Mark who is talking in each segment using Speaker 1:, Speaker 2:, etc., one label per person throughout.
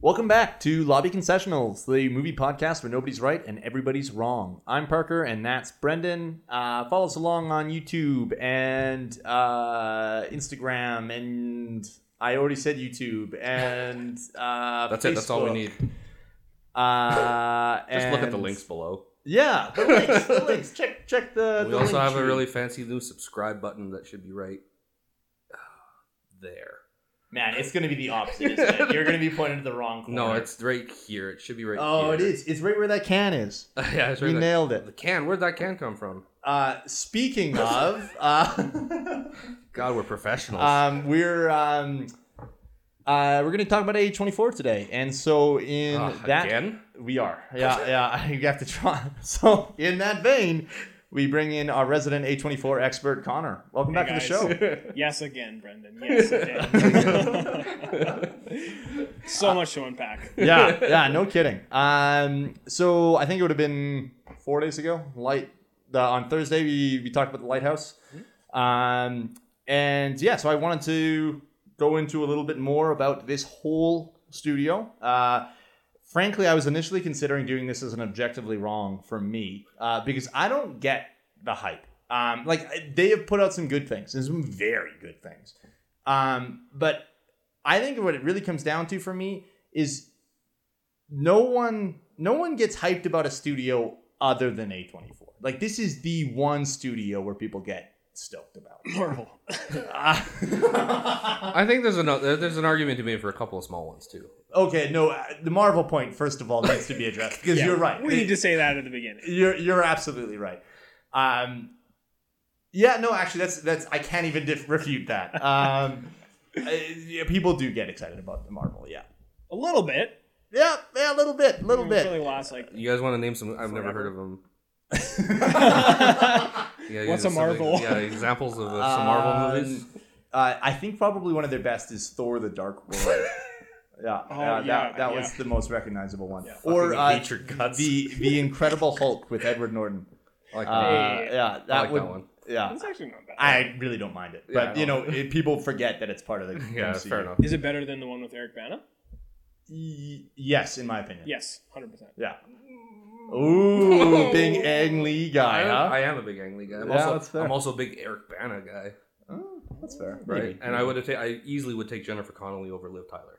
Speaker 1: Welcome back to Lobby Concessionals, the movie podcast where nobody's right and everybody's wrong. I'm Parker, and that's Brendan. Uh, follow us along on YouTube and uh, Instagram, and I already said YouTube and uh,
Speaker 2: That's it. That's all we
Speaker 1: Facebook.
Speaker 2: need.
Speaker 1: Uh,
Speaker 2: Just look at the
Speaker 1: and-
Speaker 2: links below.
Speaker 1: Yeah, the links. The links. Check check the.
Speaker 2: we
Speaker 1: the
Speaker 2: also
Speaker 1: link
Speaker 2: have a
Speaker 1: tree.
Speaker 2: really fancy new subscribe button that should be right uh, there.
Speaker 1: man. It's gonna be the opposite. Isn't it? You're gonna be pointed to the wrong corner.
Speaker 2: No, it's right here. It should be right
Speaker 1: Oh,
Speaker 2: here.
Speaker 1: it is. It's right where that can is.
Speaker 2: yeah, it's right
Speaker 1: You
Speaker 2: there.
Speaker 1: nailed it.
Speaker 2: The can. Where'd that can come from?
Speaker 1: Uh, speaking of, uh,
Speaker 2: God, we're professionals.
Speaker 1: um, we're um, uh, we're gonna talk about A24 today, and so in
Speaker 2: Ugh,
Speaker 1: that
Speaker 2: Uh, Ah, again?
Speaker 1: we are, yeah, yeah, you have to try. So in that vein, we bring in our resident A24 expert, Connor. Welcome
Speaker 3: Hey,
Speaker 1: back to the
Speaker 3: Yes, again, Brendan. Yes, again. so much to unpack.
Speaker 1: show. yeah, yeah, no kidding. Um, so I think it would have been four days ago. Light the, on Thursday, we we talked about the lighthouse. Um, and yeah, so I wanted to go into a little bit more about this whole studio. Uh, frankly, I was initially considering doing this as an objectively wrong for me uh, because I don't get the hype. Um, like I- they have put out some good things and some very good things, um, but I think what it really comes down to for me is no one no one gets hyped about a studio other than A24. Like this is the one studio where people get stoked about.
Speaker 3: Marvel.
Speaker 1: Ah.
Speaker 2: I think there's an uh, there's an argument to be made for a couple of small ones too.
Speaker 1: okay, no, uh, the Marvel point first of all needs to be addressed because
Speaker 3: Yeah,
Speaker 1: you're right.
Speaker 3: We need to say that at the beginning.
Speaker 1: You're you're absolutely right. Um, yeah, no, actually, that's that's I can't even dif- refute that. Um, uh, yeah, people do get excited about the Marvel. Yeah,
Speaker 3: A little bit.
Speaker 1: yeah, yeah, a little bit, a little
Speaker 3: We
Speaker 1: bit.
Speaker 3: Really lost, like,
Speaker 2: You guys want to name some? I've never
Speaker 3: Forever.
Speaker 2: heard of them.
Speaker 1: uh,
Speaker 2: Yeah, you
Speaker 3: What's
Speaker 2: know,
Speaker 3: a
Speaker 2: something-
Speaker 3: Marvel?
Speaker 2: Yeah, examples of uh, some Marvel movies.
Speaker 1: Um, uh, I think probably one of their best is Thor: The Dark World. Yeah,
Speaker 3: Oh,
Speaker 1: uh, that,
Speaker 3: yeah,
Speaker 1: that
Speaker 3: yeah.
Speaker 1: was the most recognizable one.
Speaker 3: Yeah.
Speaker 1: Or
Speaker 2: Fucking
Speaker 1: uh,
Speaker 2: hate your guts.
Speaker 1: the the Incredible Hulk with Edward Norton.
Speaker 2: I like
Speaker 1: Uh,
Speaker 2: that.
Speaker 3: Hey.
Speaker 1: yeah, that
Speaker 2: I like
Speaker 1: would,
Speaker 2: that one.
Speaker 1: Yeah,
Speaker 3: it's actually not bad.
Speaker 1: I really don't mind it,
Speaker 2: Yeah, I
Speaker 1: but
Speaker 2: don't.
Speaker 1: you know, it, people forget that it's part of the.
Speaker 2: Yeah,
Speaker 1: MCU.
Speaker 2: fair enough.
Speaker 3: Is it better than the one with Eric Bana?
Speaker 1: Y- yes, in my opinion.
Speaker 3: Yes, 100%.
Speaker 1: Yeah. Ooh, big Ang Lee guy,
Speaker 2: I,
Speaker 1: huh?
Speaker 2: I am a big Ang Lee guy. I'm,
Speaker 1: Yeah, that's
Speaker 2: also,
Speaker 1: fair.
Speaker 2: I'm also a big Eric Bana guy,
Speaker 1: Oh, that's fair,
Speaker 2: right?
Speaker 1: Maybe.
Speaker 2: And I would have, ta- I easily would take Jennifer Connelly over Liv Tyler.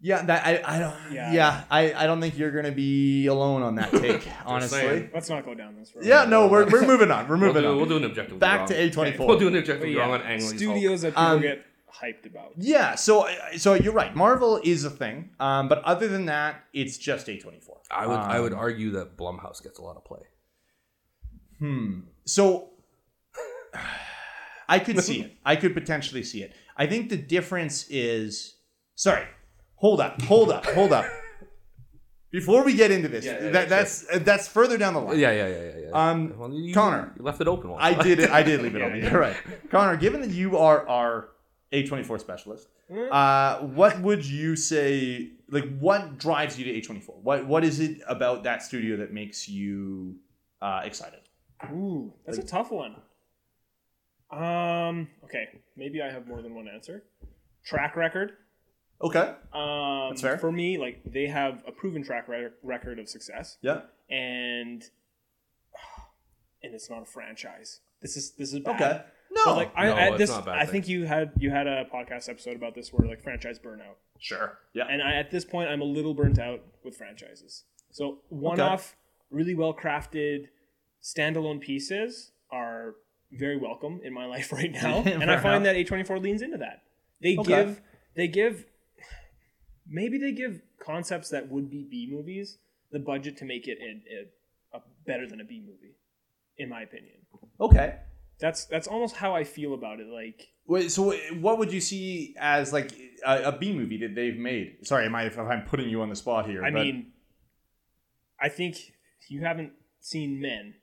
Speaker 1: Yeah, that I, I don't. Yeah,
Speaker 3: Yeah.
Speaker 1: I, I don't think you're gonna be alone on that take, honestly.
Speaker 2: saying.
Speaker 3: Let's not go down this road.
Speaker 1: Yeah, no, we're, we're moving on. We're moving
Speaker 2: we'll, do,
Speaker 1: on.
Speaker 2: we'll do an objective.
Speaker 1: Back
Speaker 2: wrong.
Speaker 1: to A twenty
Speaker 2: We'll do
Speaker 1: four.
Speaker 2: an objective
Speaker 3: But yeah,
Speaker 2: wrong on Ang Lee's Hulk.
Speaker 3: studios that people
Speaker 1: Um,
Speaker 3: get hyped about.
Speaker 1: Yeah, so I- so you're right. Marvel is a thing, um, but other than that, it's just A Um, twenty four.
Speaker 2: I would, I would argue that Blumhouse gets a lot of play.
Speaker 1: Hmm. So I could see it. I could potentially see it. I think the difference is sorry. Hold up. Hold up. Hold up. Before we get into this,
Speaker 2: Yeah, yeah,
Speaker 1: that,
Speaker 2: yeah,
Speaker 1: that's that's further down the line.
Speaker 2: Yeah, yeah, yeah, yeah. yeah.
Speaker 1: Um,
Speaker 2: Well, you,
Speaker 1: Connor.
Speaker 2: you left it open. Once.
Speaker 1: I did it. I did leave it
Speaker 3: Yeah,
Speaker 1: open.
Speaker 3: yeah.
Speaker 1: You're right, Connor. Given that you are our A24 specialist,
Speaker 3: Mm.
Speaker 1: uh, what would you say? Like, what drives you to A24? What What is it about that studio that makes you uh, excited?
Speaker 3: Ooh, that's a tough one. Um, okay, maybe I have more than one answer. Track record.
Speaker 1: Okay.
Speaker 3: Um,
Speaker 1: That's fair.
Speaker 3: For me, like they have a proven track re- record of success,
Speaker 1: Yeah.
Speaker 3: and and it's not a franchise. This is this is bad.
Speaker 1: Okay. No.
Speaker 3: But like I,
Speaker 2: No,
Speaker 3: I
Speaker 2: it's
Speaker 3: this,
Speaker 2: not a bad
Speaker 3: I
Speaker 2: thing.
Speaker 3: think you had you had a podcast episode about this where like franchise burnout,
Speaker 1: sure. Yeah.
Speaker 3: and I, at this point I'm a little burnt out with franchises. So one off, really well crafted, standalone pieces are very welcome in my life right now, and I
Speaker 1: Fair
Speaker 3: find that A24 leans into that. They
Speaker 1: Okay.
Speaker 3: give they give maybe they give concepts that would be B movies the budget to make it a, a, a better than a B movie, in my opinion.
Speaker 1: Okay.
Speaker 3: That's that's almost how I feel about it. Like
Speaker 1: Wait, so what would you see as like a, a B movie that they've made? Sorry, am I if I'm putting you on the spot here?
Speaker 3: I
Speaker 1: but
Speaker 3: mean, I think you haven't seen Men.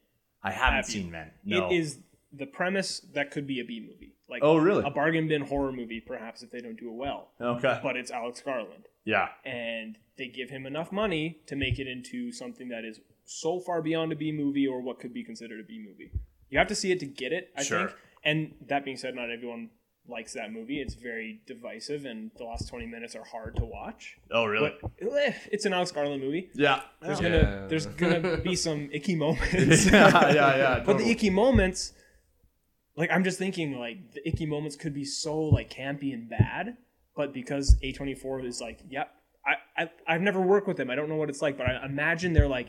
Speaker 1: I haven't
Speaker 3: have you-
Speaker 1: seen Men. No.
Speaker 3: It is the premise that could be a B movie, like
Speaker 1: Oh, really?
Speaker 3: a bargain bin horror movie, perhaps if they don't do it well.
Speaker 1: okay.
Speaker 3: But it's Alex Garland,
Speaker 1: Yeah.
Speaker 3: and they give him enough money to make it into something that is so far beyond a B movie or what could be considered a B movie. You have to see it to get it, I
Speaker 1: Sure.
Speaker 3: think. And that being said, not everyone likes that movie. It's very divisive, and the last twenty minutes are hard to watch.
Speaker 1: Oh, really?
Speaker 3: But eh, it's an Alex Garland movie.
Speaker 1: yeah.
Speaker 3: There's
Speaker 1: yeah.
Speaker 3: gonna
Speaker 2: Yeah.
Speaker 3: there's gonna be some icky moments.
Speaker 1: yeah, yeah, yeah.
Speaker 3: But the
Speaker 1: totally.
Speaker 3: icky moments, like I'm just thinking, like the icky moments could be so like campy and bad, but because A24 is like, yep, I, I I've never worked with them, I don't know what it's like, but I imagine they're like,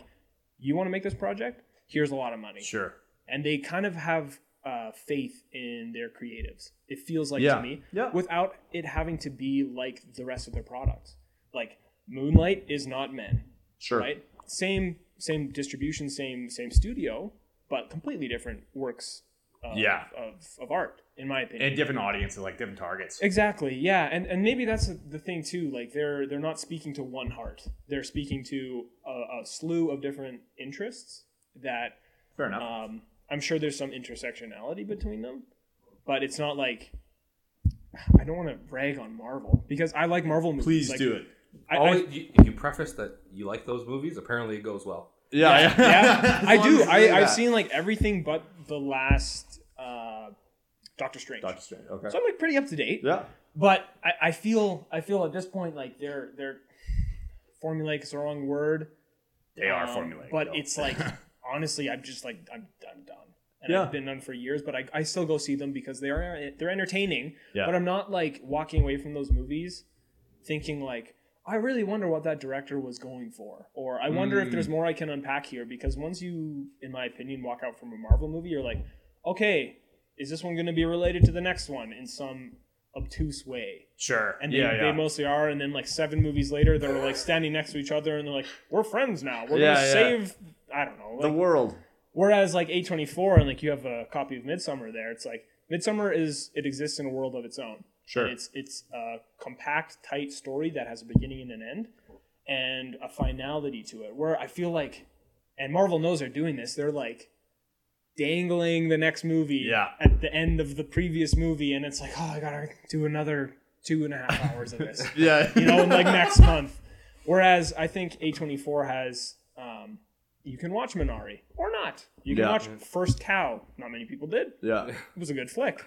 Speaker 3: you want to make this project? Here's a lot of money,
Speaker 1: sure.
Speaker 3: and they kind of have uh, faith in their creatives. It feels like
Speaker 1: Yeah.
Speaker 3: to me,
Speaker 1: Yeah.
Speaker 3: without it having to be like the rest of their products. Like Moonlight is not men
Speaker 1: Sure.
Speaker 3: right? Same same distribution, same same studio, but completely different works. Of,
Speaker 1: Yeah.
Speaker 3: of, of art, in my opinion.
Speaker 1: And different audiences, like different targets.
Speaker 3: exactly, yeah, and and maybe that's the thing too. Like they're they're not speaking to one heart; they're speaking to a, a slew of different interests that
Speaker 1: Fair enough.
Speaker 3: um, I'm sure there's some intersectionality between them, but it's not like I don't want to rag on Marvel because I like Marvel movies.
Speaker 1: Please
Speaker 3: like,
Speaker 1: do it.
Speaker 3: I, I,
Speaker 2: Always, you, if you preface that you like those movies, apparently it goes well.
Speaker 1: Yeah, yeah.
Speaker 3: yeah,
Speaker 1: As
Speaker 3: I
Speaker 1: long
Speaker 3: do.
Speaker 1: as you
Speaker 3: I, I've
Speaker 1: that.
Speaker 3: seen like everything but the last uh, Doctor Strange.
Speaker 1: Doctor Strange. Okay.
Speaker 3: So I'm like pretty up to date.
Speaker 1: yeah.
Speaker 3: But I, I feel I feel at this point like they're they're formulaic is the wrong word.
Speaker 1: They are
Speaker 3: um,
Speaker 1: formulated.
Speaker 3: But it's like honestly, I'm just like I'm, I'm done. And
Speaker 1: Yeah.
Speaker 3: I've been done for years, but I, I still go see them because they are they're entertaining.
Speaker 1: Yeah.
Speaker 3: But I'm not like walking away from those movies thinking like I really wonder what that director was going for, or I wonder if
Speaker 1: Mm.
Speaker 3: there's more I can unpack here. Because once you, in my opinion, walk out from a Marvel movie, you're like, okay, is this one going to be related to the next one in some obtuse way?
Speaker 1: sure.
Speaker 3: And they,
Speaker 1: yeah, yeah.
Speaker 3: they mostly are. And then like seven movies later, they're like standing next to each other, and they're like, we're friends now. We're
Speaker 1: Yeah,
Speaker 3: gonna
Speaker 1: yeah.
Speaker 3: save. I don't know.
Speaker 1: the
Speaker 3: like-
Speaker 1: world.
Speaker 3: Whereas like A twenty four and like you have a copy of Midsummer there, it's like Midsummer is it exists in a world of its own.
Speaker 1: Sure.
Speaker 3: And it's it's a compact, tight story that has a beginning and an end, and a finality to it. Where I feel like, and Marvel knows they're doing this. They're like dangling the next movie
Speaker 1: Yeah.
Speaker 3: at the end of the previous movie, and it's like, oh, I gotta do another two and a half hours of this
Speaker 1: Yeah.
Speaker 3: you know, like next month. Whereas I think A24 has, um, you can watch Minari or not. You can
Speaker 1: Yeah.
Speaker 3: watch First Cow. Not many people did.
Speaker 1: yeah.
Speaker 3: It was a good flick.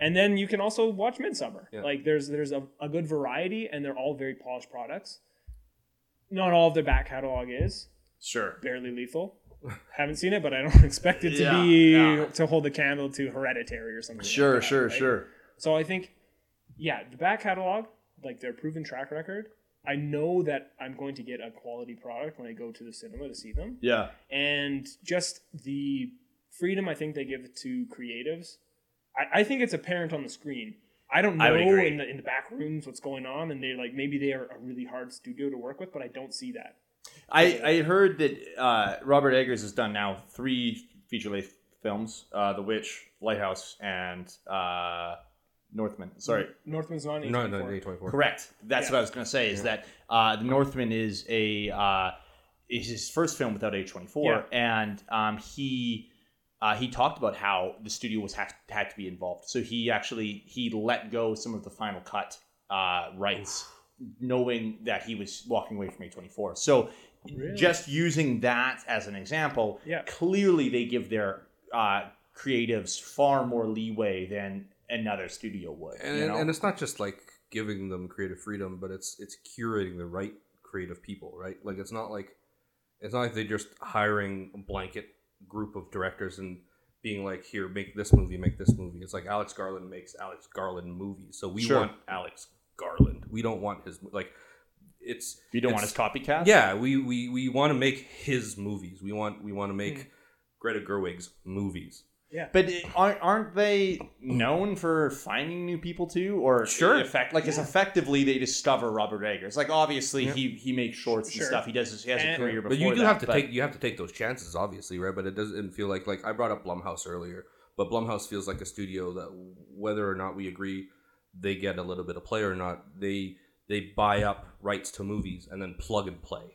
Speaker 3: and then you can also watch Midsummer. Like there's there's a, a good variety, and they're all very polished products. Not all of their back catalog is
Speaker 1: Sure.
Speaker 3: barely lethal. Haven't seen it, but I don't expect it to
Speaker 1: Yeah,
Speaker 3: be
Speaker 1: yeah.
Speaker 3: to hold the candle to Hereditary or something. like
Speaker 1: Sure.
Speaker 3: that,
Speaker 1: Sure.
Speaker 3: right?
Speaker 1: Sure.
Speaker 3: So I think, yeah, the back catalog, like their proven track record, I know that I'm going to get a quality product when I go to the cinema to see them.
Speaker 1: Yeah.
Speaker 3: And just the freedom I think they give to creatives, I, I think it's apparent on the screen. I don't know
Speaker 1: I would agree.
Speaker 3: in the, in the back rooms what's going on, and they like maybe they are a really hard studio to work with, but I don't see that.
Speaker 1: I, I heard that uh, Robert Eggers has done now three feature length films: uh, The Witch, Lighthouse, and uh, Northman. Sorry,
Speaker 3: Northman's not.
Speaker 2: No, no,
Speaker 3: A24.
Speaker 2: day twenty four.
Speaker 1: correct. That's
Speaker 3: Yeah.
Speaker 1: what I was going to say. Is that uh, The Northman is a uh, is his first film without A twenty four, and um, he. Uh, he talked about how the studio was have, had to be involved, so he actually he let go some of the final cut uh, rights, knowing that he was walking away from A24. So
Speaker 3: Really?
Speaker 1: just using that as an example,
Speaker 3: Yeah.
Speaker 1: clearly they give their uh, creatives far more leeway than another studio would.
Speaker 2: And,
Speaker 1: you know?
Speaker 2: and it's not just like giving them creative freedom, but it's it's curating the right creative people, right? Like it's not like it's not like they're just hiring a blanket group of directors and being like, here, make this movie, make this movie. It's like Alex Garland makes Alex Garland movies, so we
Speaker 1: Sure.
Speaker 2: want Alex Garland. We don't want his like it's
Speaker 1: you don't
Speaker 2: it's-
Speaker 1: want his copycat?
Speaker 2: yeah we we, we want to make his movies we want we want to make
Speaker 1: Hmm.
Speaker 2: greta gerwig's movies
Speaker 1: But it- aren't, aren't they known for finding new people too? Or
Speaker 2: Sure.
Speaker 1: effect, like it's effectively they discover Robert Eggers. Like obviously he he makes shorts and
Speaker 3: Sure.
Speaker 1: stuff. He does his, he has
Speaker 3: And-
Speaker 1: a career before
Speaker 2: but you do
Speaker 1: that,
Speaker 2: have to
Speaker 1: but-
Speaker 2: take you have to take those chances obviously right but it doesn't feel like like i brought up blumhouse earlier but blumhouse feels like a studio that whether or not we agree they get a little bit of play or not they they buy up rights to movies and then plug and play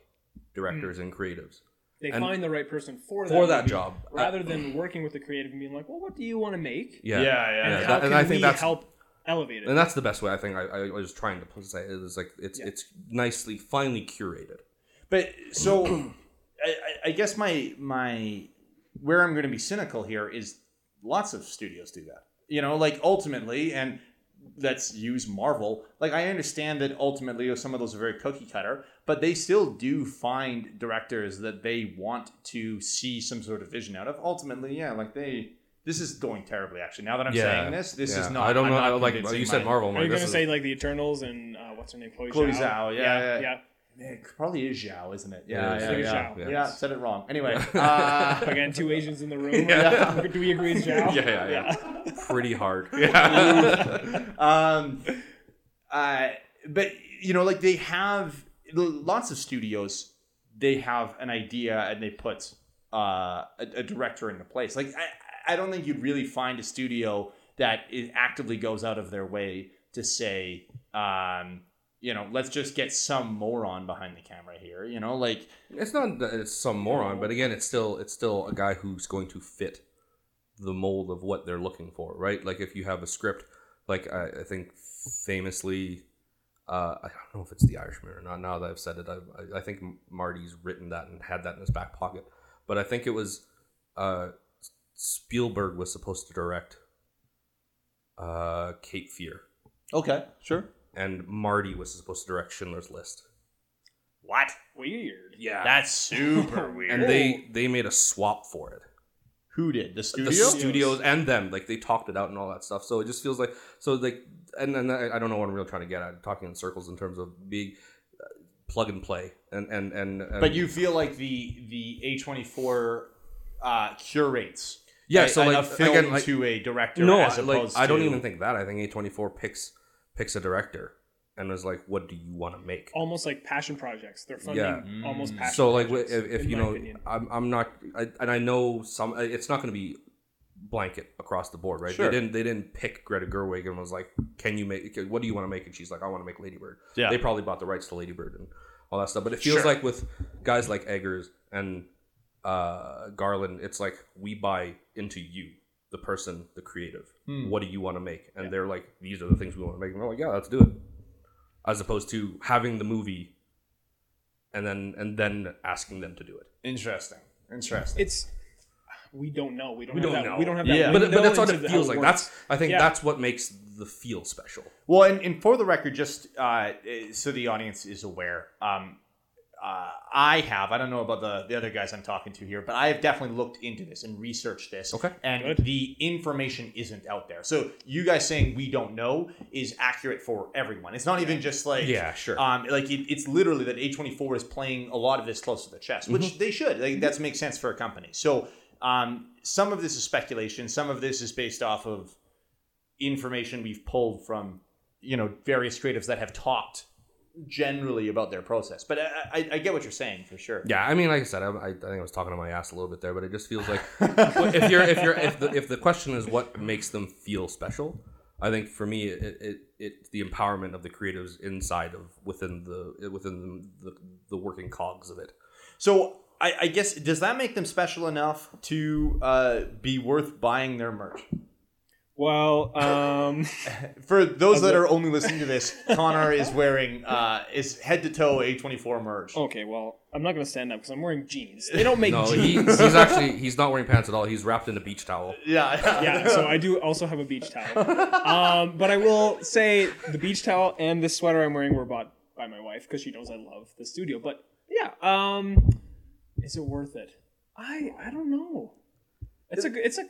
Speaker 2: directors and creatives
Speaker 3: They
Speaker 2: And-
Speaker 3: find the right person for that
Speaker 2: for that
Speaker 3: movie,
Speaker 2: job
Speaker 3: rather than working with the creative and being like, well, what do you want to make?
Speaker 1: yeah,
Speaker 2: yeah
Speaker 1: yeah,
Speaker 2: Yeah,
Speaker 1: yeah.
Speaker 2: that-
Speaker 3: How
Speaker 2: and
Speaker 3: can
Speaker 2: I think
Speaker 3: we
Speaker 2: that's-
Speaker 3: help elevate it?
Speaker 2: and that's the best way i think i, I was trying to say it was like it's
Speaker 3: Yeah.
Speaker 2: it's nicely finely curated
Speaker 1: But so, I- I, I guess my my where I'm going to be cynical here is lots of studios do that. You know, like ultimately, and that's use Marvel. Like I understand that ultimately oh, some of those are very cookie cutter, but they still do find directors that they want to see some sort of vision out of. Ultimately, yeah, like they. This is going terribly, actually. Now that I'm
Speaker 2: Yeah.
Speaker 1: saying this, this
Speaker 2: Yeah.
Speaker 1: is not.
Speaker 2: I don't
Speaker 1: I'm
Speaker 2: know.
Speaker 1: not
Speaker 2: I like
Speaker 1: convincing
Speaker 2: you said,
Speaker 1: my-
Speaker 2: Marvel.
Speaker 3: Are
Speaker 2: like,
Speaker 3: you
Speaker 2: this
Speaker 3: gonna
Speaker 2: is-
Speaker 3: say like the Eternals and uh, what's her name? Chloe,
Speaker 1: Chloe
Speaker 3: Zhao?
Speaker 1: Zhao, yeah, yeah.
Speaker 3: yeah.
Speaker 1: Man, it probably is Zhao, isn't it?
Speaker 2: It
Speaker 1: Yeah,
Speaker 2: is,
Speaker 1: yeah,
Speaker 3: It is
Speaker 1: yeah.
Speaker 3: Zhao.
Speaker 1: Yeah,
Speaker 2: Yeah.
Speaker 1: said it wrong. Anyway, uh,
Speaker 3: Again, two Asians in the room.
Speaker 1: Yeah.
Speaker 3: Do we agree it's
Speaker 2: Yeah,
Speaker 3: Zhao?
Speaker 2: yeah, yeah. Pretty hard.
Speaker 1: um, uh, but you know, like they have lots of studios. They have an idea and they put uh, a, a director into place. Like I, I don't think you'd really find a studio that is actively goes out of their way to say, um, you know, let's just get some moron behind the camera here. You know, like
Speaker 2: It's not that it's some moron, but again, it's still it's still a guy who's going to fit the mold of what they're looking for, right? Like if you have a script, like I, I think famously, uh, I don't know if it's The Irishman or not. Now that I've said it, I, I think Marty's written that and had that in his back pocket. But I think it was uh, Spielberg was supposed to direct uh, Cape Fear,
Speaker 1: okay, sure,
Speaker 2: and Marty was supposed to direct Schindler's List.
Speaker 1: what?
Speaker 3: Weird.
Speaker 2: Yeah,
Speaker 1: That's super weird.
Speaker 2: and they they made a swap for it.
Speaker 1: Who did the
Speaker 2: the
Speaker 1: studio?
Speaker 2: studios and them like they talked it out and all that stuff so it just feels like so like and then I, I don't know what i'm really trying to get at I'm talking in circles in terms of big uh, plug and play and and and, and
Speaker 1: But you feel like the the A twenty four curates
Speaker 2: yeah
Speaker 1: a,
Speaker 2: so
Speaker 1: a-
Speaker 2: like
Speaker 1: a film
Speaker 2: again, like,
Speaker 1: to a director
Speaker 2: no
Speaker 1: as
Speaker 2: I- like,
Speaker 1: opposed
Speaker 2: i don't
Speaker 1: to-
Speaker 2: even think that i think a24 picks picks a director and is like what do you want to make
Speaker 3: Almost like passion projects. They're funding
Speaker 2: Yeah. Mm.
Speaker 3: almost passion.
Speaker 2: so like
Speaker 3: projects,
Speaker 2: if, if
Speaker 3: in
Speaker 2: you
Speaker 3: my
Speaker 2: know
Speaker 3: opinion.
Speaker 2: I'm, I'm not I, and i know some uh, it's not going to be blanket across the board right
Speaker 1: Sure.
Speaker 2: they didn't they didn't pick greta gerwig and was like can you make what do you want to make and she's like i want to make ladybird
Speaker 1: Yeah.
Speaker 2: they probably bought the rights to ladybird and all that stuff but it feels
Speaker 1: Sure.
Speaker 2: like with guys like eggers and uh, garland it's like we buy into you the person the creative
Speaker 1: Hmm.
Speaker 2: what do you want to make and they're like these are the things we want to make and we're like yeah let's do it as opposed to having the movie and then and then asking them to do it.
Speaker 1: interesting. Interesting.
Speaker 3: it's we don't know. We don't.
Speaker 2: We
Speaker 3: have
Speaker 2: don't
Speaker 3: that,
Speaker 2: know.
Speaker 3: We don't have that.
Speaker 1: Yeah.
Speaker 2: But,
Speaker 3: window
Speaker 2: but that's what
Speaker 3: into
Speaker 2: it
Speaker 3: the-
Speaker 2: feels
Speaker 3: how
Speaker 2: like.
Speaker 3: works.
Speaker 2: That's I think
Speaker 3: Yeah.
Speaker 2: that's what makes the feel special.
Speaker 1: well, and, and for the record, just uh, uh, so the audience is aware, um, uh, I have I don't know about the the other guys I'm talking to here, but I have definitely looked into this and researched this.
Speaker 2: Okay.
Speaker 1: and
Speaker 3: Good.
Speaker 1: the information isn't out there. So you guys saying we don't know is accurate for everyone. It's not even just like
Speaker 2: sure.
Speaker 1: Um, like it, it's literally that A24 is playing a lot of this close to the chest, which they should. Like that makes sense for a company. So um, some of this is speculation. Some of this is based off of information we've pulled from you know various creatives that have talked generally about their process. But I, I, I get what you're saying for sure.
Speaker 2: yeah, I mean, like I said, I, I, I think I was talking to my ass a little bit there, but it just feels like if you're if you're if the if the question is what makes them feel special, I think for me it it, it the empowerment of the creatives inside of within the within the, the, the working cogs of it.
Speaker 1: So I, I guess does that make them special enough to uh, be worth buying their merch?
Speaker 3: Well, um,
Speaker 1: For those that are only listening to this, Connor is wearing uh, is head to toe A24 merch.
Speaker 3: okay. Well, I'm not gonna stand up because I'm wearing jeans. They don't make
Speaker 2: No,
Speaker 3: jeans.
Speaker 2: he, he's actually he's not wearing pants at all. He's wrapped in a beach towel.
Speaker 1: Yeah,
Speaker 3: yeah, so I do also have a beach towel. Um, but I will say the beach towel and this sweater I'm wearing were bought by my wife because she knows I love the studio. But yeah, um, is it worth it? I I don't know. It's a g- it's a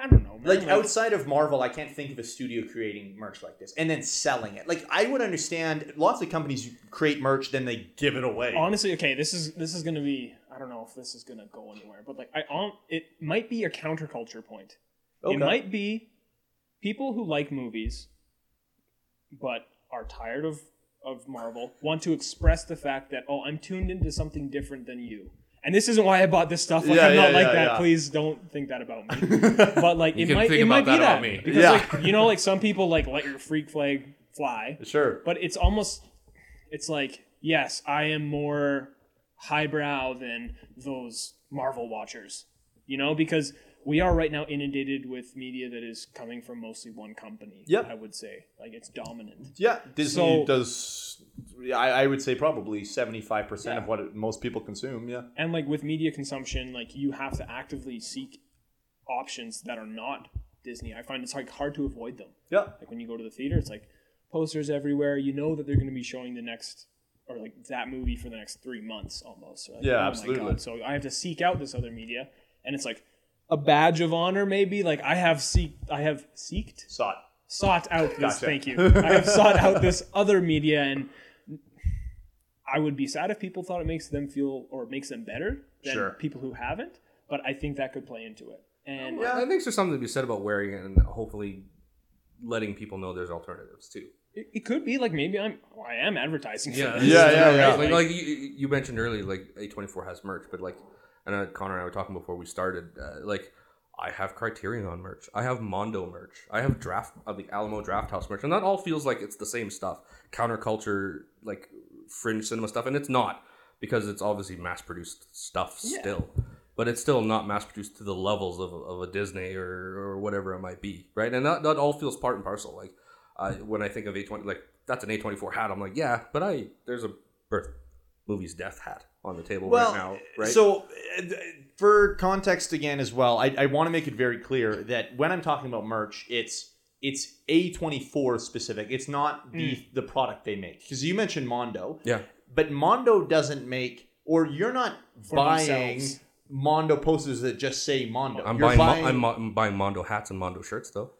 Speaker 3: I don't know. Man.
Speaker 1: like outside of Marvel, I can't think of a studio creating merch like this and then selling it. Like I would understand lots of companies create merch, then they give it away.
Speaker 3: honestly, okay, this is this is gonna be I don't know if this is gonna go anywhere, but like I um, it might be a counterculture point.
Speaker 1: Okay.
Speaker 3: It might be people who like movies but are tired of, of Marvel want to express the fact that, oh, I'm tuned into something different than you. And this isn't why I bought this stuff. Like,
Speaker 1: Yeah,
Speaker 3: I'm not
Speaker 1: yeah,
Speaker 3: like
Speaker 1: yeah,
Speaker 3: that.
Speaker 1: yeah.
Speaker 3: Please don't think that about me. But like,
Speaker 2: You
Speaker 3: it
Speaker 2: can
Speaker 3: might,
Speaker 2: think
Speaker 3: it
Speaker 2: about
Speaker 3: might be
Speaker 2: that
Speaker 3: that.
Speaker 2: about me.
Speaker 3: Because
Speaker 1: Yeah.
Speaker 3: like, you know, like some people like let your freak flag fly,
Speaker 1: sure.
Speaker 3: but it's almost, it's like, yes, I am more highbrow than those Marvel watchers, you know, because we are right now inundated with media that is coming from mostly one company.
Speaker 1: Yep.
Speaker 3: I would say like it's dominant.
Speaker 1: Yeah, Disney
Speaker 3: So-
Speaker 1: does. I, I would say probably seventy five percent of what it, most people consume. Yeah.
Speaker 3: And like with media consumption, like you have to actively seek options that are not Disney. I find it's like hard to avoid them.
Speaker 1: Yeah.
Speaker 3: Like when you go to the theater, it's like posters everywhere. You know that they're going to be showing the next or like that movie for the next three months almost. So, like,
Speaker 1: Yeah,
Speaker 3: oh my
Speaker 1: absolutely.
Speaker 3: God. So I have to seek out this other media, and it's like a badge of honor, maybe. Like I have seek, I have seeked
Speaker 1: Saw it.
Speaker 3: sought out this.
Speaker 1: Gotcha.
Speaker 3: Thank you. I have sought out this other media, and I would be sad if people thought it makes them feel or it makes them better than
Speaker 1: Sure.
Speaker 3: people who haven't. But I think that could play into it. And
Speaker 2: I think there's something to be said about wearing it and hopefully letting people know there's alternatives too.
Speaker 3: it, it could be like maybe I'm I am advertising. for this.
Speaker 1: Yeah, yeah, yeah.
Speaker 2: Like, like you, you mentioned earlier, like A24 has merch, but like I know Connor and I were talking before we started. Uh, like I have Criterion merch, I have Mondo merch, I have Draft uh, the Alamo Draft House merch, and that all feels like it's the same stuff, counterculture, like fringe cinema stuff, and it's not because it's obviously mass produced stuff
Speaker 3: Yeah.
Speaker 2: still. But it's still not mass produced to the levels of, of a Disney or, or whatever it might be, right? And that, that all feels part and parcel. Like I when I think of A20, like that's an A24 hat. I'm like, yeah, but I there's a birth movie's death hat on the table
Speaker 1: Well,
Speaker 2: right now, right?
Speaker 1: So, uh, for context again as well, I, I want to make it very clear that when I'm talking about merch, it's it's A24 specific. It's not the the product they make because you mentioned Mondo,
Speaker 2: yeah,
Speaker 1: but Mondo doesn't make or you're not
Speaker 3: For
Speaker 1: buying
Speaker 3: themselves.
Speaker 1: Mondo posters that just say Mondo.
Speaker 2: I'm
Speaker 1: You're
Speaker 2: buying, Mo- I'm, mo- I'm buying Mondo hats and Mondo shirts though.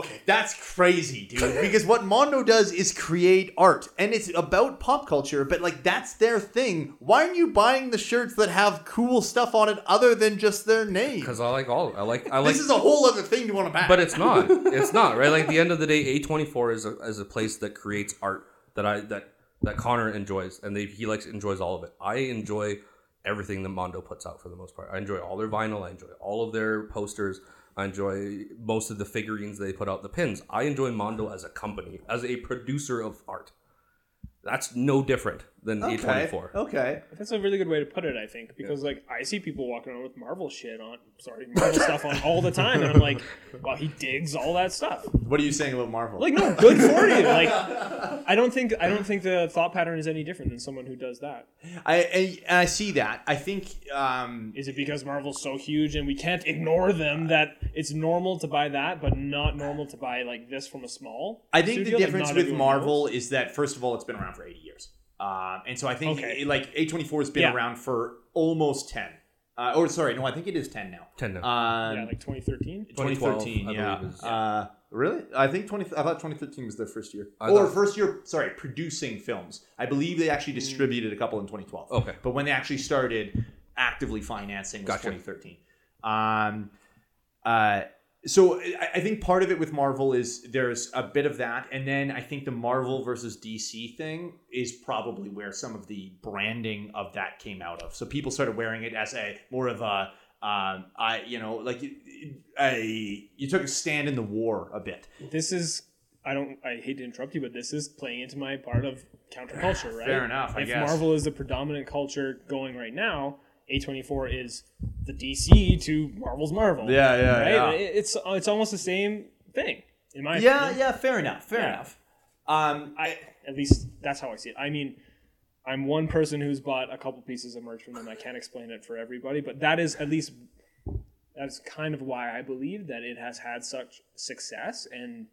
Speaker 1: Okay, that's crazy, dude. Because what Mondo does is create art, and it's about pop culture. But like, that's their thing. Why aren't you buying the shirts that have cool stuff on it other than just their name?
Speaker 2: Because I like all I like I like,
Speaker 1: this is a whole other thing to want to buy.
Speaker 2: but it's not it's not right. Like at the end of the day, A24 is a, is a place that creates art that I that that Connor enjoys and they, he likes enjoys all of it. I enjoy everything that Mondo puts out for the most part. I enjoy all their vinyl. I enjoy all of their posters. I enjoy most of the figurines they put out, the pins. I enjoy Mondo as a company, as a producer of art. That's no different than A24.
Speaker 1: Okay.
Speaker 3: That's a really good way to put it, I think, because like I see people walking around with Marvel shit on, sorry, Marvel stuff on all the time, and I'm like, wow, he digs all that stuff.
Speaker 1: What are you saying about Marvel?
Speaker 3: Like, no, good for you. Like, I don't think I don't think the thought pattern is any different than someone who does that.
Speaker 1: I, I and I see that. I think um,
Speaker 3: Is it because Marvel's so huge and we can't ignore them that it's normal to buy that, but not normal to buy like this from a small?
Speaker 1: I think
Speaker 3: studio?
Speaker 1: the
Speaker 3: Like,
Speaker 1: difference
Speaker 3: not
Speaker 1: with
Speaker 3: everyone knows?
Speaker 1: Marvel is that first of all, it's been around for eighty years, um, and so I think
Speaker 3: Okay.
Speaker 1: it- like A twenty four has been
Speaker 3: Yeah.
Speaker 1: around for almost ten. Uh, or sorry, no, I think it is ten now.
Speaker 2: 10 now.
Speaker 1: Um,
Speaker 3: yeah, like 2013.
Speaker 1: 2013,
Speaker 2: 2012, I
Speaker 1: yeah.
Speaker 2: believe is-
Speaker 1: Uh, really? I think 20. I thought 2013 was their first year,
Speaker 2: I
Speaker 1: or
Speaker 2: thought-
Speaker 1: first year. Sorry, producing films. I believe they actually distributed a couple in 2012.
Speaker 2: Mm. Okay.
Speaker 1: but when they actually started actively financing was
Speaker 2: Gotcha.
Speaker 1: 2013. Um, uh, so I, I think part of it with Marvel is there's a bit of that, and then I think the Marvel versus DC thing is probably where some of the branding of that came out of. So people started wearing it as a more of a um, I you know like a you took a stand in the war a bit.
Speaker 3: This is I don't I hate to interrupt you, but this is playing into my part of counterculture, right?
Speaker 1: Fair enough, I
Speaker 3: if
Speaker 1: guess.
Speaker 3: Marvel is the predominant culture going right now, A24 is the DC to Marvel's Marvel.
Speaker 1: Yeah, yeah,
Speaker 3: right.
Speaker 1: yeah.
Speaker 3: It- It's it's almost the same thing in my
Speaker 1: Yeah,
Speaker 3: opinion.
Speaker 1: yeah, fair enough, fair
Speaker 3: Yeah.
Speaker 1: enough. Um,
Speaker 3: I at least that's how I see it. I mean, I'm one person who's bought a couple pieces of merch from them. I can't explain it for everybody, but that is at least that's kind of why I believe that it has had such success. And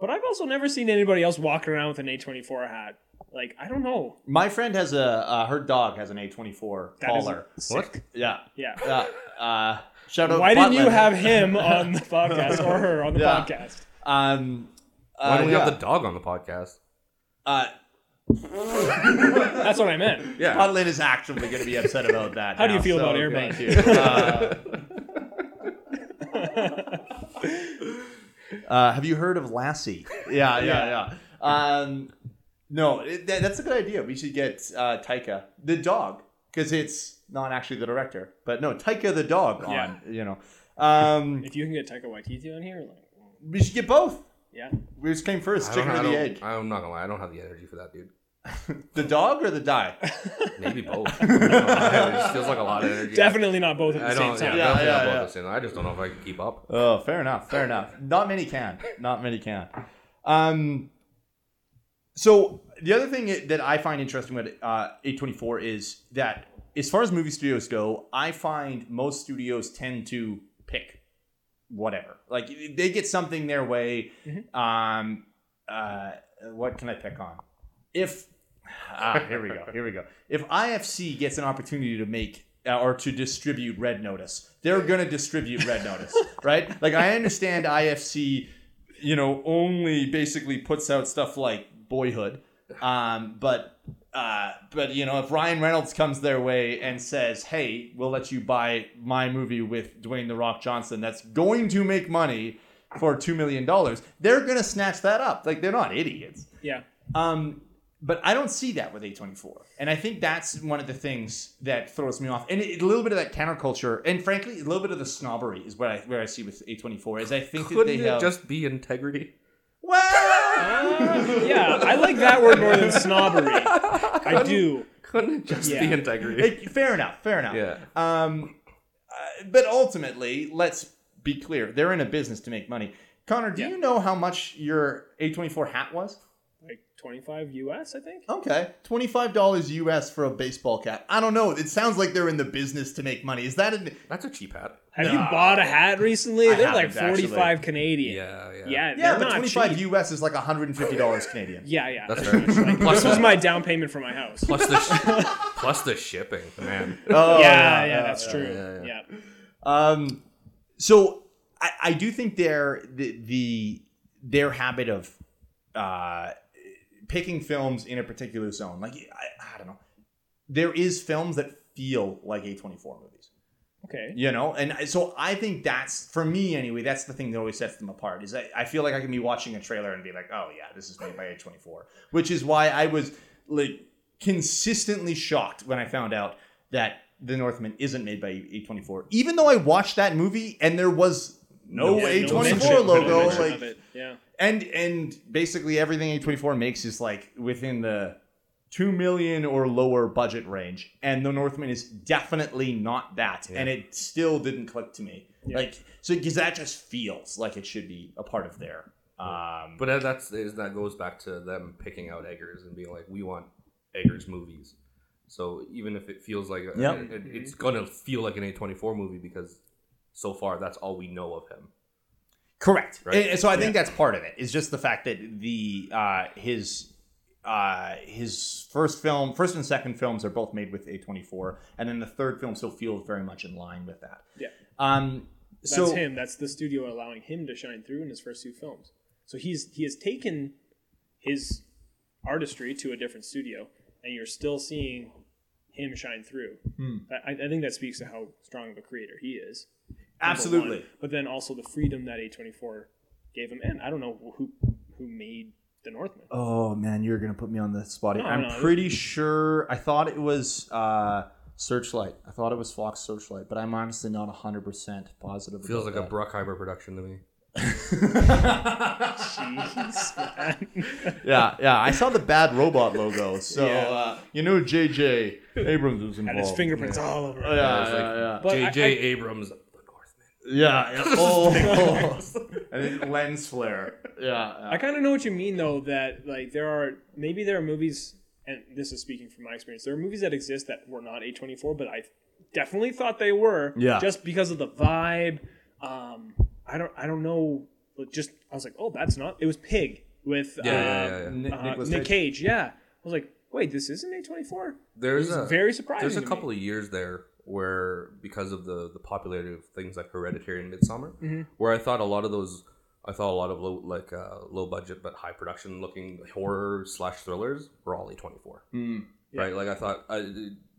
Speaker 3: but I've also never seen anybody else walking around with an A24 hat. Like I don't know.
Speaker 1: my friend has a uh, her dog has an A24
Speaker 3: That is
Speaker 1: collar.
Speaker 3: sick.
Speaker 2: What?
Speaker 1: Yeah,
Speaker 3: Yeah.
Speaker 1: yeah. Uh, shout out.
Speaker 3: Why didn't you
Speaker 1: Botland.
Speaker 3: have him on the podcast or her on the
Speaker 1: Yeah.
Speaker 3: podcast?
Speaker 1: Um,
Speaker 2: Why
Speaker 1: uh,
Speaker 2: don't we
Speaker 1: yeah.
Speaker 2: have the dog on the podcast?
Speaker 1: Uh,
Speaker 3: That's what I meant.
Speaker 2: Yeah.
Speaker 1: Butland is actually going to be upset about that.
Speaker 3: How do
Speaker 1: now,
Speaker 3: you feel
Speaker 1: so
Speaker 3: about Air
Speaker 1: thank
Speaker 3: Bud?
Speaker 1: you. Uh, uh, have you heard of Lassie? Yeah, yeah, yeah. Um, no, it, that, that's a good idea. We should get uh, Taika the dog because it's not actually the director, but no, Taika the dog on.
Speaker 3: Yeah.
Speaker 1: You know, um,
Speaker 3: If you can get Taika Waititi on here, like
Speaker 1: we should get both.
Speaker 3: yeah.
Speaker 1: We just came first,
Speaker 2: I
Speaker 1: chicken
Speaker 2: don't-
Speaker 1: or
Speaker 2: I
Speaker 1: the
Speaker 2: don't-
Speaker 1: egg?
Speaker 2: I'm not gonna lie, I don't have the energy for that, dude.
Speaker 1: The dog or the die?
Speaker 2: Maybe both. I don't know. it just feels like a lot of energy.
Speaker 3: Definitely not both at the
Speaker 2: I
Speaker 3: same
Speaker 2: don't. Yeah,
Speaker 3: time.
Speaker 1: Yeah,
Speaker 2: definitely
Speaker 1: yeah,
Speaker 2: not both
Speaker 1: yeah.
Speaker 2: at the same time. I just don't know if I can keep up.
Speaker 1: Oh, fair enough. Fair enough. Not many can. Not many can. Um, so the other thing i- that I find interesting with uh, A24 is that as far as movie studios go, I find most studios tend to pick whatever. Like they get something their way. Um, uh, what can I pick on? If ah, here we go, here we go. If IFC gets an opportunity to make uh, or to distribute Red Notice, they're gonna distribute Red Notice, right? Like I understand IFC, you know, only basically puts out stuff like Boyhood, um, but. Uh, but you know, if Ryan Reynolds comes their way and says, "Hey, we'll let you buy my movie with Dwayne the Rock Johnson," that's going to make money for two million dollars. They're gonna snatch that up. Like they're not idiots.
Speaker 3: Yeah.
Speaker 1: Um, but I don't see that with A24, and I think that's one of the things that throws me off. And it- a little bit of that counterculture, and frankly, a little bit of the snobbery is what I where I see with A24 is I think that they
Speaker 2: Couldn't it
Speaker 1: have
Speaker 2: just be integrity?
Speaker 1: well,
Speaker 3: Yeah, I like that word more than snobbery. I do.
Speaker 2: Couldn't it just
Speaker 3: Yeah.
Speaker 2: be integrity?
Speaker 1: Like, fair enough, fair enough.
Speaker 2: Yeah.
Speaker 1: Um, uh, but ultimately, let's be clear: they're in a business to make money. Connor, do
Speaker 3: Yeah.
Speaker 1: you know how much your A24 hat was?
Speaker 3: Like 25 US, I think.
Speaker 1: Okay, twenty-five dollars US for a baseball cap. I don't know. It sounds like they're in the business to make money. Is that an?
Speaker 2: That's a cheap hat.
Speaker 3: Have you
Speaker 1: Nah.
Speaker 3: bought a hat recently?
Speaker 1: I
Speaker 3: They're like
Speaker 1: haven't, actually.
Speaker 3: 45 Canadian.
Speaker 2: Yeah, yeah.
Speaker 3: Yeah,
Speaker 1: Yeah,
Speaker 3: they're
Speaker 1: but
Speaker 3: not
Speaker 1: twenty-five
Speaker 3: cheap.
Speaker 1: US is like one hundred and fifty dollars Canadian.
Speaker 3: Yeah, yeah.
Speaker 2: That's
Speaker 3: pretty much
Speaker 2: right.
Speaker 3: like-
Speaker 2: Plus
Speaker 3: this was
Speaker 2: that.
Speaker 3: my down payment for my house.
Speaker 2: Plus the sh- plus the shipping, man.
Speaker 1: Oh,
Speaker 3: yeah, yeah, that's true.
Speaker 2: yeah,
Speaker 3: Yeah,
Speaker 2: yeah.
Speaker 1: Um, so I, I do think their the, the their habit of uh, picking films in a particular zone, like I, I don't know, there is films that feel like a twenty four movies,
Speaker 3: Okay.
Speaker 1: you know, and I- so I think that's for me anyway. That's the thing that always sets them apart is I, I feel like I can be watching a trailer and be like, oh yeah, this is made by a twenty four, which is why I was like consistently shocked when I found out that The Northman isn't made by A24. Even though I watched that movie and there was no
Speaker 3: Yeah, no
Speaker 1: A24
Speaker 3: mention- no
Speaker 1: Oh, logo,
Speaker 3: mention of
Speaker 1: like
Speaker 3: it. yeah.
Speaker 1: and and basically everything A24 makes is like within the 2 million or lower budget range and The Northman is definitely not that and it still didn't click to me.
Speaker 3: Yeah.
Speaker 1: Like so cuz that just feels like it should be a part of their um
Speaker 2: But that- that's that goes back to them picking out Eggers and being like, we want Eggers movies. So even if it feels like a,
Speaker 1: Yep.
Speaker 2: it- it's gonna feel like an A twenty four movie because so far that's all we know of him.
Speaker 1: Correct.
Speaker 2: Right?
Speaker 1: And- and so I think that's part of it. It's just the fact that the uh, his uh, his first film, first and second films are both made with A24, and then the third film still feels very much in line with that.
Speaker 3: Yeah.
Speaker 1: Um.
Speaker 3: That's
Speaker 1: so
Speaker 3: him. That's the studio allowing him to shine through in his first two films. So he's he has taken his artistry to a different studio, and you're still seeing him shine through.
Speaker 1: Hmm.
Speaker 3: I, I think that speaks to how strong of a creator he is. number
Speaker 1: absolutely.
Speaker 3: one. but then also the freedom that A24 gave him, and I don't know who who made the Northman.
Speaker 1: Oh man, you're gonna put me on the spot. here.
Speaker 3: No,
Speaker 1: I'm
Speaker 3: no,
Speaker 1: pretty sure. I thought it was uh, Searchlight. I thought it was Fox Searchlight, but I'm honestly not 100 percent positive.
Speaker 2: Feels
Speaker 1: about
Speaker 2: like a Bruckheimer production to me.
Speaker 1: that.
Speaker 3: Jeez, man.
Speaker 1: Yeah, yeah. I saw the bad robot logo, so
Speaker 3: Yeah.
Speaker 1: uh, you know JJ Abrams was
Speaker 3: Had
Speaker 1: involved.
Speaker 3: his fingerprints all over.
Speaker 1: Yeah,
Speaker 3: it.
Speaker 1: yeah, yeah.
Speaker 3: But I-
Speaker 2: J.J.
Speaker 3: I-
Speaker 2: Abrams, the Northman.
Speaker 1: yeah, yeah. Oh, and then lens flare. Yeah,
Speaker 3: I kind of know what you mean, though. That like there are maybe there are movies, and this is speaking from my experience. There are movies that exist that were not A twenty four, but I definitely thought they were.
Speaker 1: Yeah.
Speaker 3: Just because of the vibe. Um, I don't. I don't know. But just I was like, oh, that's not. It was Pig with
Speaker 2: Yeah,
Speaker 3: uh,
Speaker 2: yeah, yeah, yeah.
Speaker 1: yeah.
Speaker 3: uh, Nick Cage. Yeah. I was like, wait, this isn't A twenty four.
Speaker 2: There's a
Speaker 3: Very surprising.
Speaker 2: there's a couple of years there where because of the the popularity of things like Hereditary and Midsummer,
Speaker 3: Mm-hmm.
Speaker 2: where I thought a lot of those, I thought a lot of low like uh, low budget but high production looking horror slash thrillers were all A twenty four,
Speaker 1: Mm.
Speaker 3: Yeah.
Speaker 2: right? Like I thought I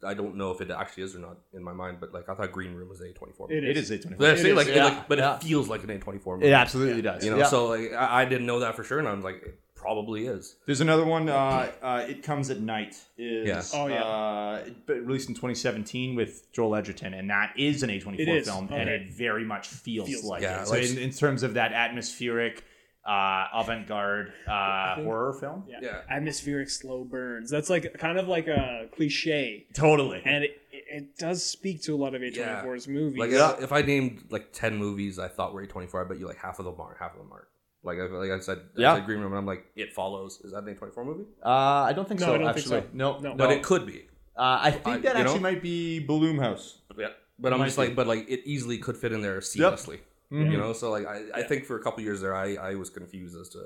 Speaker 2: I don't know if it actually is or not in my mind, but like I thought Green Room was A twenty four.
Speaker 3: It
Speaker 1: It
Speaker 3: is.
Speaker 1: is a twenty.
Speaker 2: But I
Speaker 3: It
Speaker 2: say
Speaker 3: is,
Speaker 2: like, it,
Speaker 1: yeah,
Speaker 2: like- but
Speaker 1: yeah.
Speaker 2: it feels like an A twenty four.
Speaker 1: It absolutely does.
Speaker 2: You know,
Speaker 1: yeah.
Speaker 2: so like I, I didn't know that for sure, and I was like, it probably is.
Speaker 1: There's another one. Uh, uh, it comes at night. Is,
Speaker 2: Yeah.
Speaker 3: Oh, yeah.
Speaker 1: Uh, but released in 2017 with Joel Edgerton, and that is an
Speaker 3: It
Speaker 1: A24
Speaker 3: is.
Speaker 1: film, and
Speaker 3: Okay.
Speaker 1: it very much feels,
Speaker 3: Feels
Speaker 1: like
Speaker 2: like
Speaker 1: it.
Speaker 2: it.
Speaker 1: So
Speaker 2: Like-
Speaker 1: in, in terms of that atmospheric, uh, avant-garde uh,
Speaker 3: think-
Speaker 1: horror film,
Speaker 3: Yeah.
Speaker 2: Yeah.
Speaker 3: Atmospheric slow burns. That's like kind of like a cliche,
Speaker 1: totally.
Speaker 3: and it, it- it does speak to a lot of A24's movies.
Speaker 2: Like
Speaker 1: Yeah.
Speaker 2: if, if I named like ten movies I thought were A twenty four, I bet you like half of them aren't, half of them aren't. Like I, like I said,
Speaker 1: Yeah.
Speaker 2: I said Green Room, and I'm like, it follows. Is that an A twenty four movie?
Speaker 1: Uh, I don't think
Speaker 3: No,
Speaker 1: so.
Speaker 3: I don't think
Speaker 1: actually,
Speaker 3: so.
Speaker 1: no,
Speaker 3: No.
Speaker 2: But it could be.
Speaker 1: Uh, I
Speaker 2: I-
Speaker 1: think that
Speaker 2: you
Speaker 1: actually
Speaker 2: know?
Speaker 1: might be Bloom House.
Speaker 2: Yeah. But I'm
Speaker 1: Might
Speaker 2: just
Speaker 1: be.
Speaker 2: like, but like it easily could fit in there seamlessly. you
Speaker 3: Mm-hmm.
Speaker 1: Mhm.
Speaker 2: know so like i, I
Speaker 3: Yeah.
Speaker 2: think for a couple years there I, I was confused as to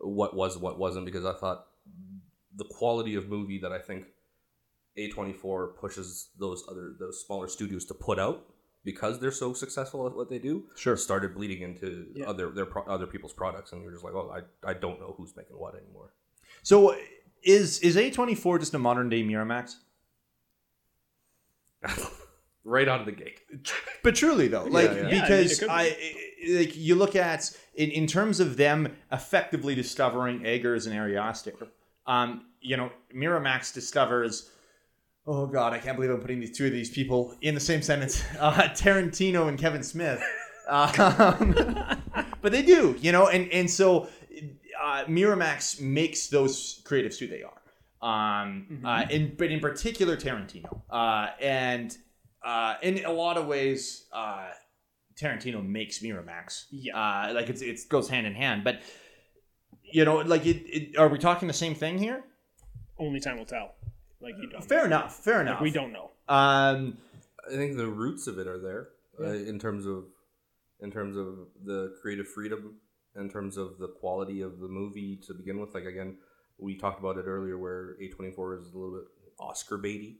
Speaker 2: what was what wasn't because i thought the quality of movie that i think a24 pushes those other those smaller studios to put out because they're so successful at what they do
Speaker 1: Sure.
Speaker 2: started bleeding into
Speaker 3: Yeah.
Speaker 2: other their pro- other people's products and you're just like oh I, I don't know who's making what anymore
Speaker 1: So is is A24 just a modern day Miramax?
Speaker 2: right out of the gate
Speaker 1: But truly though, like
Speaker 2: yeah. Yeah, I
Speaker 3: mean,
Speaker 1: because
Speaker 3: it could be.
Speaker 1: I, I- like you look at in, in terms of them effectively discovering Eggers and Ariosto. Um, you know, Miramax discovers. Oh God, I can't believe I'm putting these two of these people in the same sentence: uh, Tarantino and Kevin Smith. Um, but they do, you know, and and so uh, Miramax makes those creatives who they are. Um,
Speaker 3: Mm-hmm.
Speaker 1: uh, in but in particular Tarantino, uh, and uh, in a lot of ways, uh, Tarantino makes Miramax.
Speaker 3: Yeah.
Speaker 1: uh, like it's it goes hand in hand. But you know, like it, it, are we talking the same thing here?
Speaker 3: Only time will tell. Like you don't.
Speaker 1: Fair enough. Fair enough.
Speaker 3: Like, we don't know.
Speaker 1: Um,
Speaker 2: I think the roots of it are there uh, in terms of in terms of the creative freedom, in terms of the quality of the movie to begin with. Like again, we talked about it earlier, where A twenty four is a little bit Oscar baity,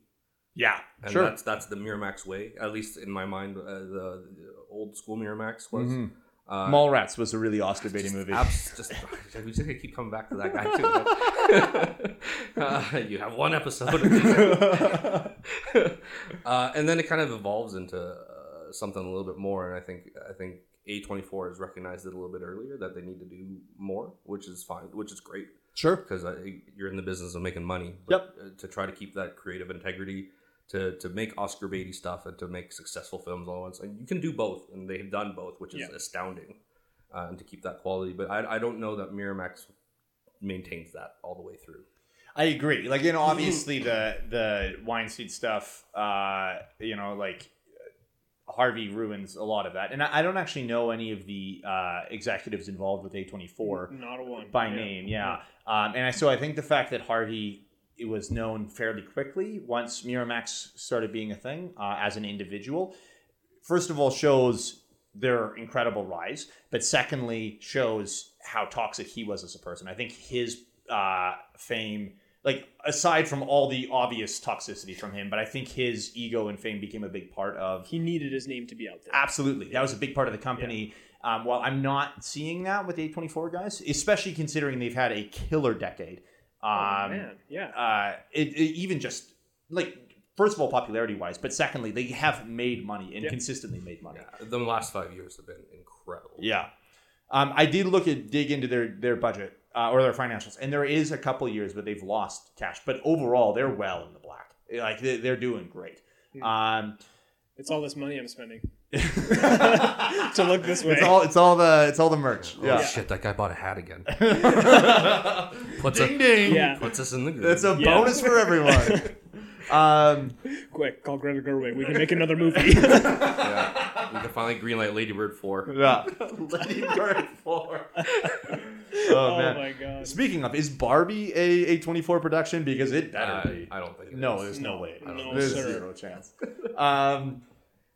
Speaker 1: yeah.
Speaker 2: and
Speaker 1: Sure.
Speaker 2: that's that's the Miramax way, at least in my mind. Uh, the, the old school Miramax was.
Speaker 1: Mhm.
Speaker 2: Uh,
Speaker 1: Mallrats was a really Oscar baiting
Speaker 2: just
Speaker 1: movie.
Speaker 2: abs- just, we just gotta keep coming back to that guy too. Uh, you have one episode, uh, and then it kind of evolves into uh, something a little bit more. And I think I think A twenty four has recognized it a little bit earlier that they need to do more, which is fine, which is great
Speaker 1: sure.
Speaker 2: because you're in the business of making money. yep. To try to keep that creative integrity, to to make Oscar baity stuff and to make successful films all at once, and you can do both, and they've done both, which is
Speaker 3: Yeah.
Speaker 2: astounding. Uh, and to keep that quality, but I, I don't know that Miramax maintains that all the way through.
Speaker 1: I agree. Like, you know, obviously the the Weinstein stuff. Uh, you know, like uh, Harvey ruins a lot of that, and I, I don't actually know any of the uh, executives involved with A twenty four
Speaker 3: Not a one.
Speaker 1: by
Speaker 3: Yeah.
Speaker 1: name. Yeah, Um, and I, so I think the fact that Harvey it was known fairly quickly once Miramax started being a thing uh, as an individual. First of all, shows their incredible rise, but secondly, shows how toxic he was as a person. I think his uh, fame, like aside from all the obvious toxicity from him, but I think his ego and fame became a big part of
Speaker 3: He needed his name to be out there.
Speaker 1: Um, Absolutely. That was a big part of the company. Um, well, I'm not seeing that with the A24 guys, especially considering they've had a killer decade.
Speaker 3: Oh,
Speaker 1: Um,
Speaker 3: man, yeah.
Speaker 1: uh, it, it even just like, first of all, popularity wise, but secondly, they have made money and
Speaker 3: Yeah.
Speaker 1: consistently made money.
Speaker 2: Yeah, the last five years have been incredible.
Speaker 1: Yeah. Um, I did look at dig into their their budget uh, or their financials, and there is a couple years where they've lost cash, but overall they're well in the black. Like they, they're doing great. Um,
Speaker 3: It's all this money I'm spending.
Speaker 1: to
Speaker 3: look this way.
Speaker 1: It's all it's all the it's all the merch.
Speaker 2: Oh
Speaker 1: Yeah.
Speaker 2: shit! That guy bought a hat again. Puts
Speaker 1: ding ding.
Speaker 3: Yeah.
Speaker 2: Puts us in the group.
Speaker 1: That's a
Speaker 3: Yeah.
Speaker 1: bonus for everyone. um,
Speaker 3: Quick, call Greta Gerwig. We can make another movie.
Speaker 1: Oh,
Speaker 2: yeah. We can finally greenlight Ladybird four.
Speaker 1: yeah. Bloody bird four. Oh man.
Speaker 3: my god.
Speaker 1: Speaking of, is Barbie a a twenty four production? Because it better
Speaker 2: Uh,
Speaker 1: be.
Speaker 2: I don't think. it
Speaker 1: no,
Speaker 2: is.
Speaker 1: there's no, way.
Speaker 3: No, no,
Speaker 1: there's
Speaker 3: sir.
Speaker 1: zero chance. Um,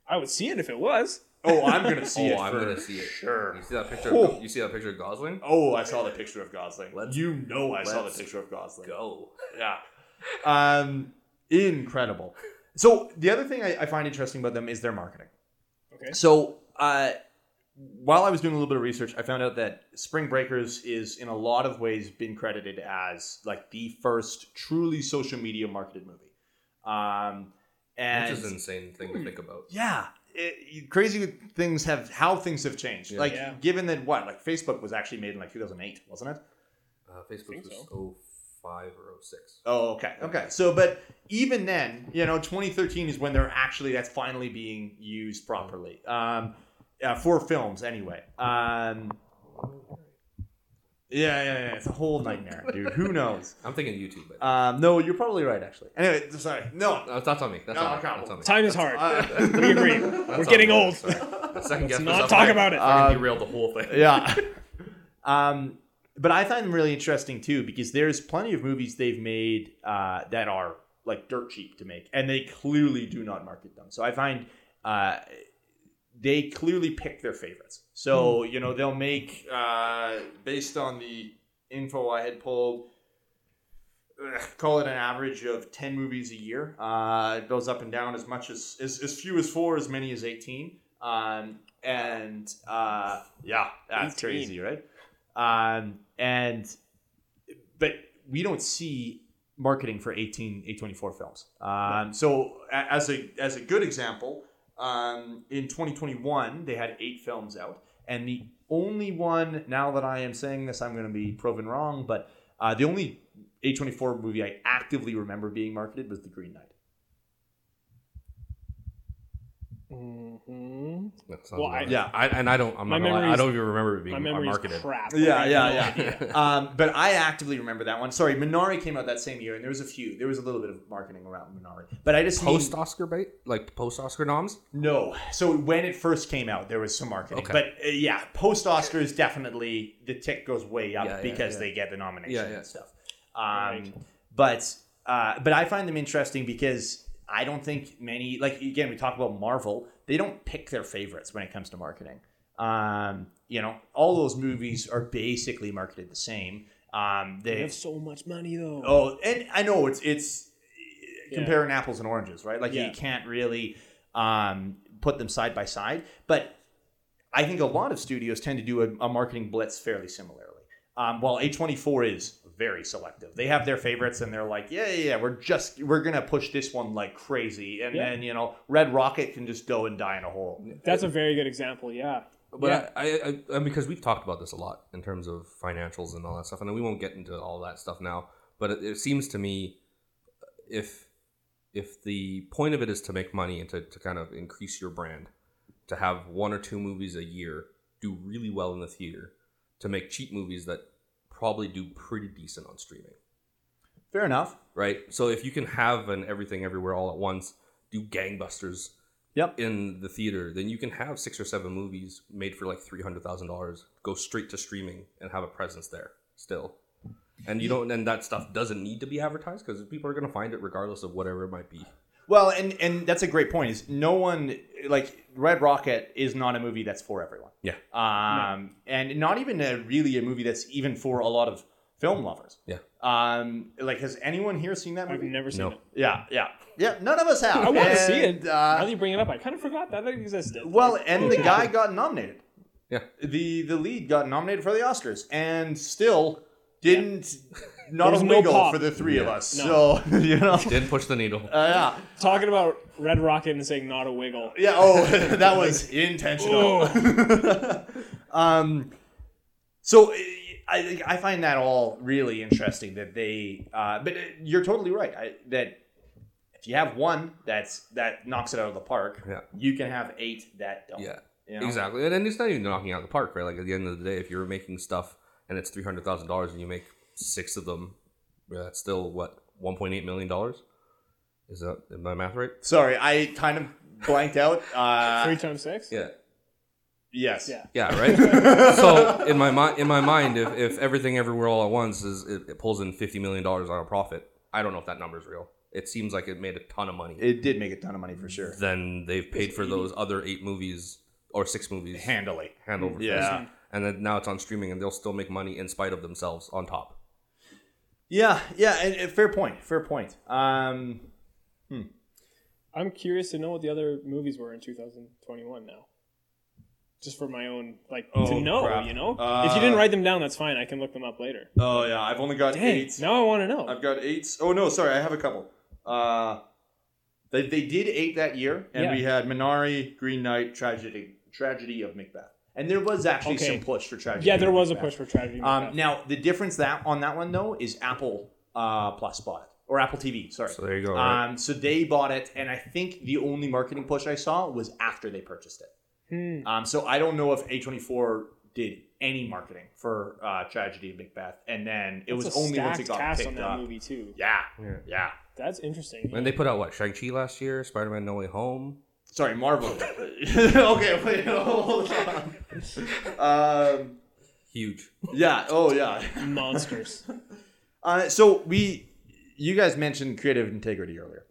Speaker 3: I would see it if it was.
Speaker 1: oh, I'm gonna see
Speaker 2: oh,
Speaker 1: it.
Speaker 2: I'm
Speaker 1: for
Speaker 2: gonna see it.
Speaker 1: sure.
Speaker 2: You see that picture?
Speaker 1: Oh.
Speaker 2: Of, you see that picture of Gosling?
Speaker 1: Oh, I saw the picture of Gosling.
Speaker 2: Let's-
Speaker 1: you know, I saw the
Speaker 2: let's
Speaker 1: picture of Gosling.
Speaker 2: Go.
Speaker 1: Yeah. Um, incredible. So the other thing I, I find interesting about them is their marketing.
Speaker 3: Okay.
Speaker 1: So uh, while I was doing a little bit of research, I found out that Spring Breakers is in a lot of ways been credited as like the first truly social media marketed movie. Um, and
Speaker 2: Which is an insane thing
Speaker 3: Hmm.
Speaker 2: to think about.
Speaker 1: yeah. It, crazy things have how things have changed.
Speaker 2: Yeah.
Speaker 1: Like
Speaker 3: Yeah.
Speaker 1: given that what like Facebook was actually made in like 2008, wasn't it?
Speaker 2: Uh, Facebook
Speaker 3: Think
Speaker 2: was
Speaker 3: so.
Speaker 2: oh five or oh six.
Speaker 1: Oh, okay, okay. So, but even then, you know, 2013 is when they're actually that's finally being used properly um, uh, for films, anyway. Um, yeah, yeah, yeah. It's a whole nightmare, dude. Who knows?
Speaker 2: I'm thinking YouTube. But
Speaker 1: Um, no, you're probably right, actually. Anyway, sorry. No.
Speaker 2: no, that's on me. That's
Speaker 1: No,
Speaker 2: on me.
Speaker 1: come
Speaker 2: That's on me.
Speaker 3: Time is hard.
Speaker 1: Uh,
Speaker 3: we agree.
Speaker 2: That's
Speaker 3: We're
Speaker 2: on
Speaker 3: getting
Speaker 2: me.
Speaker 3: old.
Speaker 2: Sorry. The second guess
Speaker 3: Let's
Speaker 2: was
Speaker 3: not
Speaker 2: up
Speaker 3: talk
Speaker 2: there.
Speaker 3: about it. Uh,
Speaker 2: Fucking
Speaker 1: Um,
Speaker 2: derailed the whole thing.
Speaker 1: yeah. Um, but I find them really interesting too because there's plenty of movies they've made uh, that are like dirt cheap to make, and they clearly do not market them. So I find uh, they clearly pick their favorites. So you know they'll make uh, based on the info I had pulled. ugh, Call it an average of ten movies a year. Uh, it goes up and down as much as, as as few as four, as many as eighteen. Um, and uh, yeah, that's
Speaker 3: 18.
Speaker 1: crazy, right? Um, and but we don't see marketing for 18 824 films um, so a- as a as a good example um, in 2021 they had eight films out and the only one now that i am saying this i'm going to be proven wrong but uh, the only 824 movie i actively remember being marketed was the green knight
Speaker 3: Mm-hmm.
Speaker 2: That sounds
Speaker 3: Well,
Speaker 2: about
Speaker 3: I-
Speaker 2: right.
Speaker 1: yeah.
Speaker 2: I, and I don't. I'm
Speaker 3: My
Speaker 2: not. Gonna lie. I
Speaker 3: memory's-
Speaker 2: don't even remember it being
Speaker 3: My memory is
Speaker 2: marketed. Uh,
Speaker 3: crap.
Speaker 1: Yeah,
Speaker 3: I have
Speaker 1: yeah,
Speaker 3: no
Speaker 1: yeah.
Speaker 3: idea.
Speaker 1: um, but I actively remember that one. Sorry, Minari came out that same year, and there was a few. There was a little bit of marketing around Minari, but I just mean-
Speaker 2: Post Oscar bait, like post Oscar noms.
Speaker 1: No. So when it first came out, there was some marketing,
Speaker 2: Okay.
Speaker 1: but uh, yeah, post Oscars definitely the tick goes way up
Speaker 2: Yeah, yeah,
Speaker 1: because
Speaker 2: yeah.
Speaker 1: they get the nomination
Speaker 2: Yeah, yeah.
Speaker 1: and stuff. Um,
Speaker 3: Right.
Speaker 1: But uh, but I find them interesting because I don't think many like again we talk about Marvel they don't pick their favorites when it comes to marketing. Um, you know, all those movies are basically marketed the same. Um,
Speaker 3: They
Speaker 1: they
Speaker 3: have so much money though.
Speaker 1: Oh, and I know it's it's
Speaker 3: Yeah.
Speaker 1: comparing apples and oranges, right? Like
Speaker 3: Yeah.
Speaker 1: you can't really um, put them side by side. But I think a lot of studios tend to do a, a marketing blitz fairly similarly. Um, while A twenty four is very selective, they have their favorites, and they're like, yeah, yeah, yeah, we're just we're gonna push this one like crazy, and
Speaker 3: Yeah.
Speaker 1: then you know, Red Rocket can just go and die in a hole.
Speaker 3: That's a very good example. Yeah.
Speaker 2: But
Speaker 3: Yeah.
Speaker 2: I, I, I, I, because we've talked about this a lot in terms of financials and all that stuff, and we won't get into all that stuff now. But it, it seems to me, if if the point of it is to make money and to, to kind of increase your brand, to have one or two movies a year do really well in the theater, to make cheap movies that probably do pretty decent on streaming,
Speaker 1: Fair enough.
Speaker 2: right? So if you can have an everything everywhere all at once, do gangbusters
Speaker 1: Yep.
Speaker 2: in the theater, then you can have six or seven movies made for like three hundred thousand dollars go straight to streaming and have a presence there still. And you don't, and that stuff doesn't need to be advertised because people are going to find it regardless of whatever it might be.
Speaker 1: Well, and and that's a great point. Is no one like Red Rocket is not a movie that's for everyone.
Speaker 2: Yeah.
Speaker 1: Um, and not even a, really a movie that's even for a lot of film lovers.
Speaker 2: Yeah.
Speaker 1: Um, like has anyone here seen that
Speaker 3: I've
Speaker 1: movie?
Speaker 3: never seen
Speaker 2: No.
Speaker 3: it.
Speaker 1: Yeah, yeah, yeah. None of us have.
Speaker 3: I want to see
Speaker 1: And,
Speaker 3: it. now that
Speaker 1: Uh,
Speaker 3: you bring it up, I kind of forgot that that existed.
Speaker 1: well, and the guy got nominated.
Speaker 2: Yeah.
Speaker 1: The the lead got nominated for the Oscars and still didn't not
Speaker 3: There's
Speaker 1: a
Speaker 3: no
Speaker 1: wiggle
Speaker 3: pop.
Speaker 1: for the three of
Speaker 2: Yeah.
Speaker 1: us.
Speaker 3: No.
Speaker 1: So you know.
Speaker 2: Didn't push the needle.
Speaker 1: Uh, yeah.
Speaker 3: talking about Red Rocket and saying not a wiggle.
Speaker 1: Yeah. Oh, that was intentional. um, so I I find that all really interesting that they. Uh, but you're totally right. I, that if you have one that's that knocks it out of the park,
Speaker 2: Yeah.
Speaker 1: you can have eight that don't.
Speaker 2: Yeah,
Speaker 1: you know?
Speaker 2: exactly. And, and it's not even knocking out the park, right? Like at the end of the day, if you're making stuff and it's three hundred thousand dollars and you make six of them, yeah, that's still what one point eight million dollars. Is that is my math right?
Speaker 1: Sorry, I kind of blanked out. Uh,
Speaker 3: Three times six.
Speaker 2: Yeah.
Speaker 1: yes.
Speaker 3: Yeah.
Speaker 2: Yeah, right. so in my mind, in my mind, if, if everything everywhere all at once is it, it pulls in fifty million dollars on a profit, I don't know if that number's real. It seems like it made a ton of money.
Speaker 1: It did make a ton of money for sure.
Speaker 2: then they've paid for those other eight movies or six movies
Speaker 1: Handily.
Speaker 2: hand over fist.
Speaker 1: Yeah.
Speaker 2: and then now it's on streaming, and they'll still make money in spite of themselves on top.
Speaker 1: Yeah. Yeah. And, and fair point. Fair point. Um,
Speaker 3: I'm curious to know what the other movies were in 2021 now. Just for my own, like,
Speaker 1: Oh,
Speaker 3: to know,
Speaker 1: crap.
Speaker 3: you know?
Speaker 1: Uh,
Speaker 3: if you didn't write them down, that's fine. I can look them up later.
Speaker 1: oh yeah, I've only got
Speaker 3: Dang, now I want to know.
Speaker 1: I've got eights. Oh no, sorry, I have a couple. Uh, they, they did eight that year, and
Speaker 3: Yeah.
Speaker 1: we had Minari, Green Knight, Tragedy, Tragedy of Macbeth, and there was actually
Speaker 3: Okay.
Speaker 1: some push for Tragedy.
Speaker 3: yeah,
Speaker 1: of
Speaker 3: there was a
Speaker 1: Macbeth.
Speaker 3: push for Tragedy.
Speaker 1: Um, now the difference that on that one though is Apple uh, Plus bought it or Apple TV. Sorry.
Speaker 2: So there you go. Right?
Speaker 1: um, so they bought it, and I think the only marketing push I saw was after they purchased it.
Speaker 3: Hmm.
Speaker 1: Um, so I don't know if A24 did any marketing for uh, Tragedy of Macbeth, and then it
Speaker 3: That's
Speaker 1: was
Speaker 3: a
Speaker 1: only once
Speaker 3: stacked
Speaker 1: it got
Speaker 3: cast
Speaker 1: picked
Speaker 3: on that
Speaker 1: up.
Speaker 3: movie, too.
Speaker 1: Yeah,
Speaker 2: Yeah.
Speaker 1: yeah.
Speaker 3: That's interesting.
Speaker 2: and they put out what Shang Chi last year, Spider Man No Way Home.
Speaker 1: Sorry, Marvel. okay, wait, hold on. Um,
Speaker 2: Huge.
Speaker 1: yeah. Oh, yeah.
Speaker 3: Monsters.
Speaker 1: Uh, so we, you guys mentioned creative integrity earlier.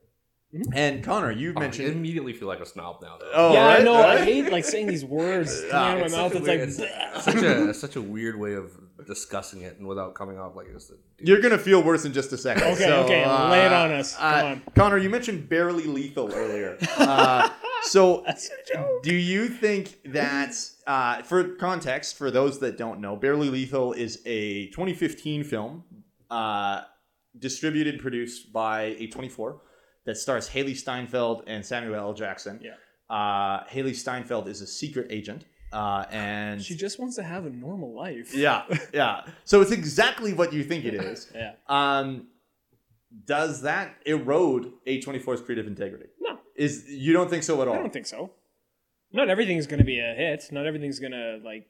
Speaker 1: And Connor, you
Speaker 2: Oh, I
Speaker 1: mentioned.
Speaker 2: immediately feel like a snob now. Though.
Speaker 1: Oh,
Speaker 3: Mm-hmm. yeah, I
Speaker 1: right,
Speaker 3: know. I
Speaker 1: right. Ah,
Speaker 3: hate like saying these words coming out of my mouth.
Speaker 2: such a
Speaker 3: It's
Speaker 2: weird-
Speaker 3: like
Speaker 2: it's such a such a weird way of discussing it and without coming off like this.
Speaker 1: You're gonna feel worse in just a second.
Speaker 3: Okay,
Speaker 1: so,
Speaker 3: okay,
Speaker 1: uh,
Speaker 3: lay it on us.
Speaker 1: uh,
Speaker 3: Come on.
Speaker 1: Connor. You mentioned barely lethal earlier. Uh, so, do you think that, uh, for context, for those that don't know, Barely Lethal is a 2015 film uh, distributed and produced by A24 that stars Haley Steinfeld and Samuel L. Jackson.
Speaker 3: Yeah.
Speaker 1: Uh, Haley Steinfeld is a secret agent, uh, and
Speaker 3: she just wants to have a normal life.
Speaker 1: yeah, yeah. So it's exactly what you think it is.
Speaker 3: Yeah.
Speaker 1: Um, does that erode A24's creative integrity?
Speaker 3: No,
Speaker 1: Is you don't think so at all?
Speaker 3: I don't think so. Not everything's going to be a hit. Not everything's going to like.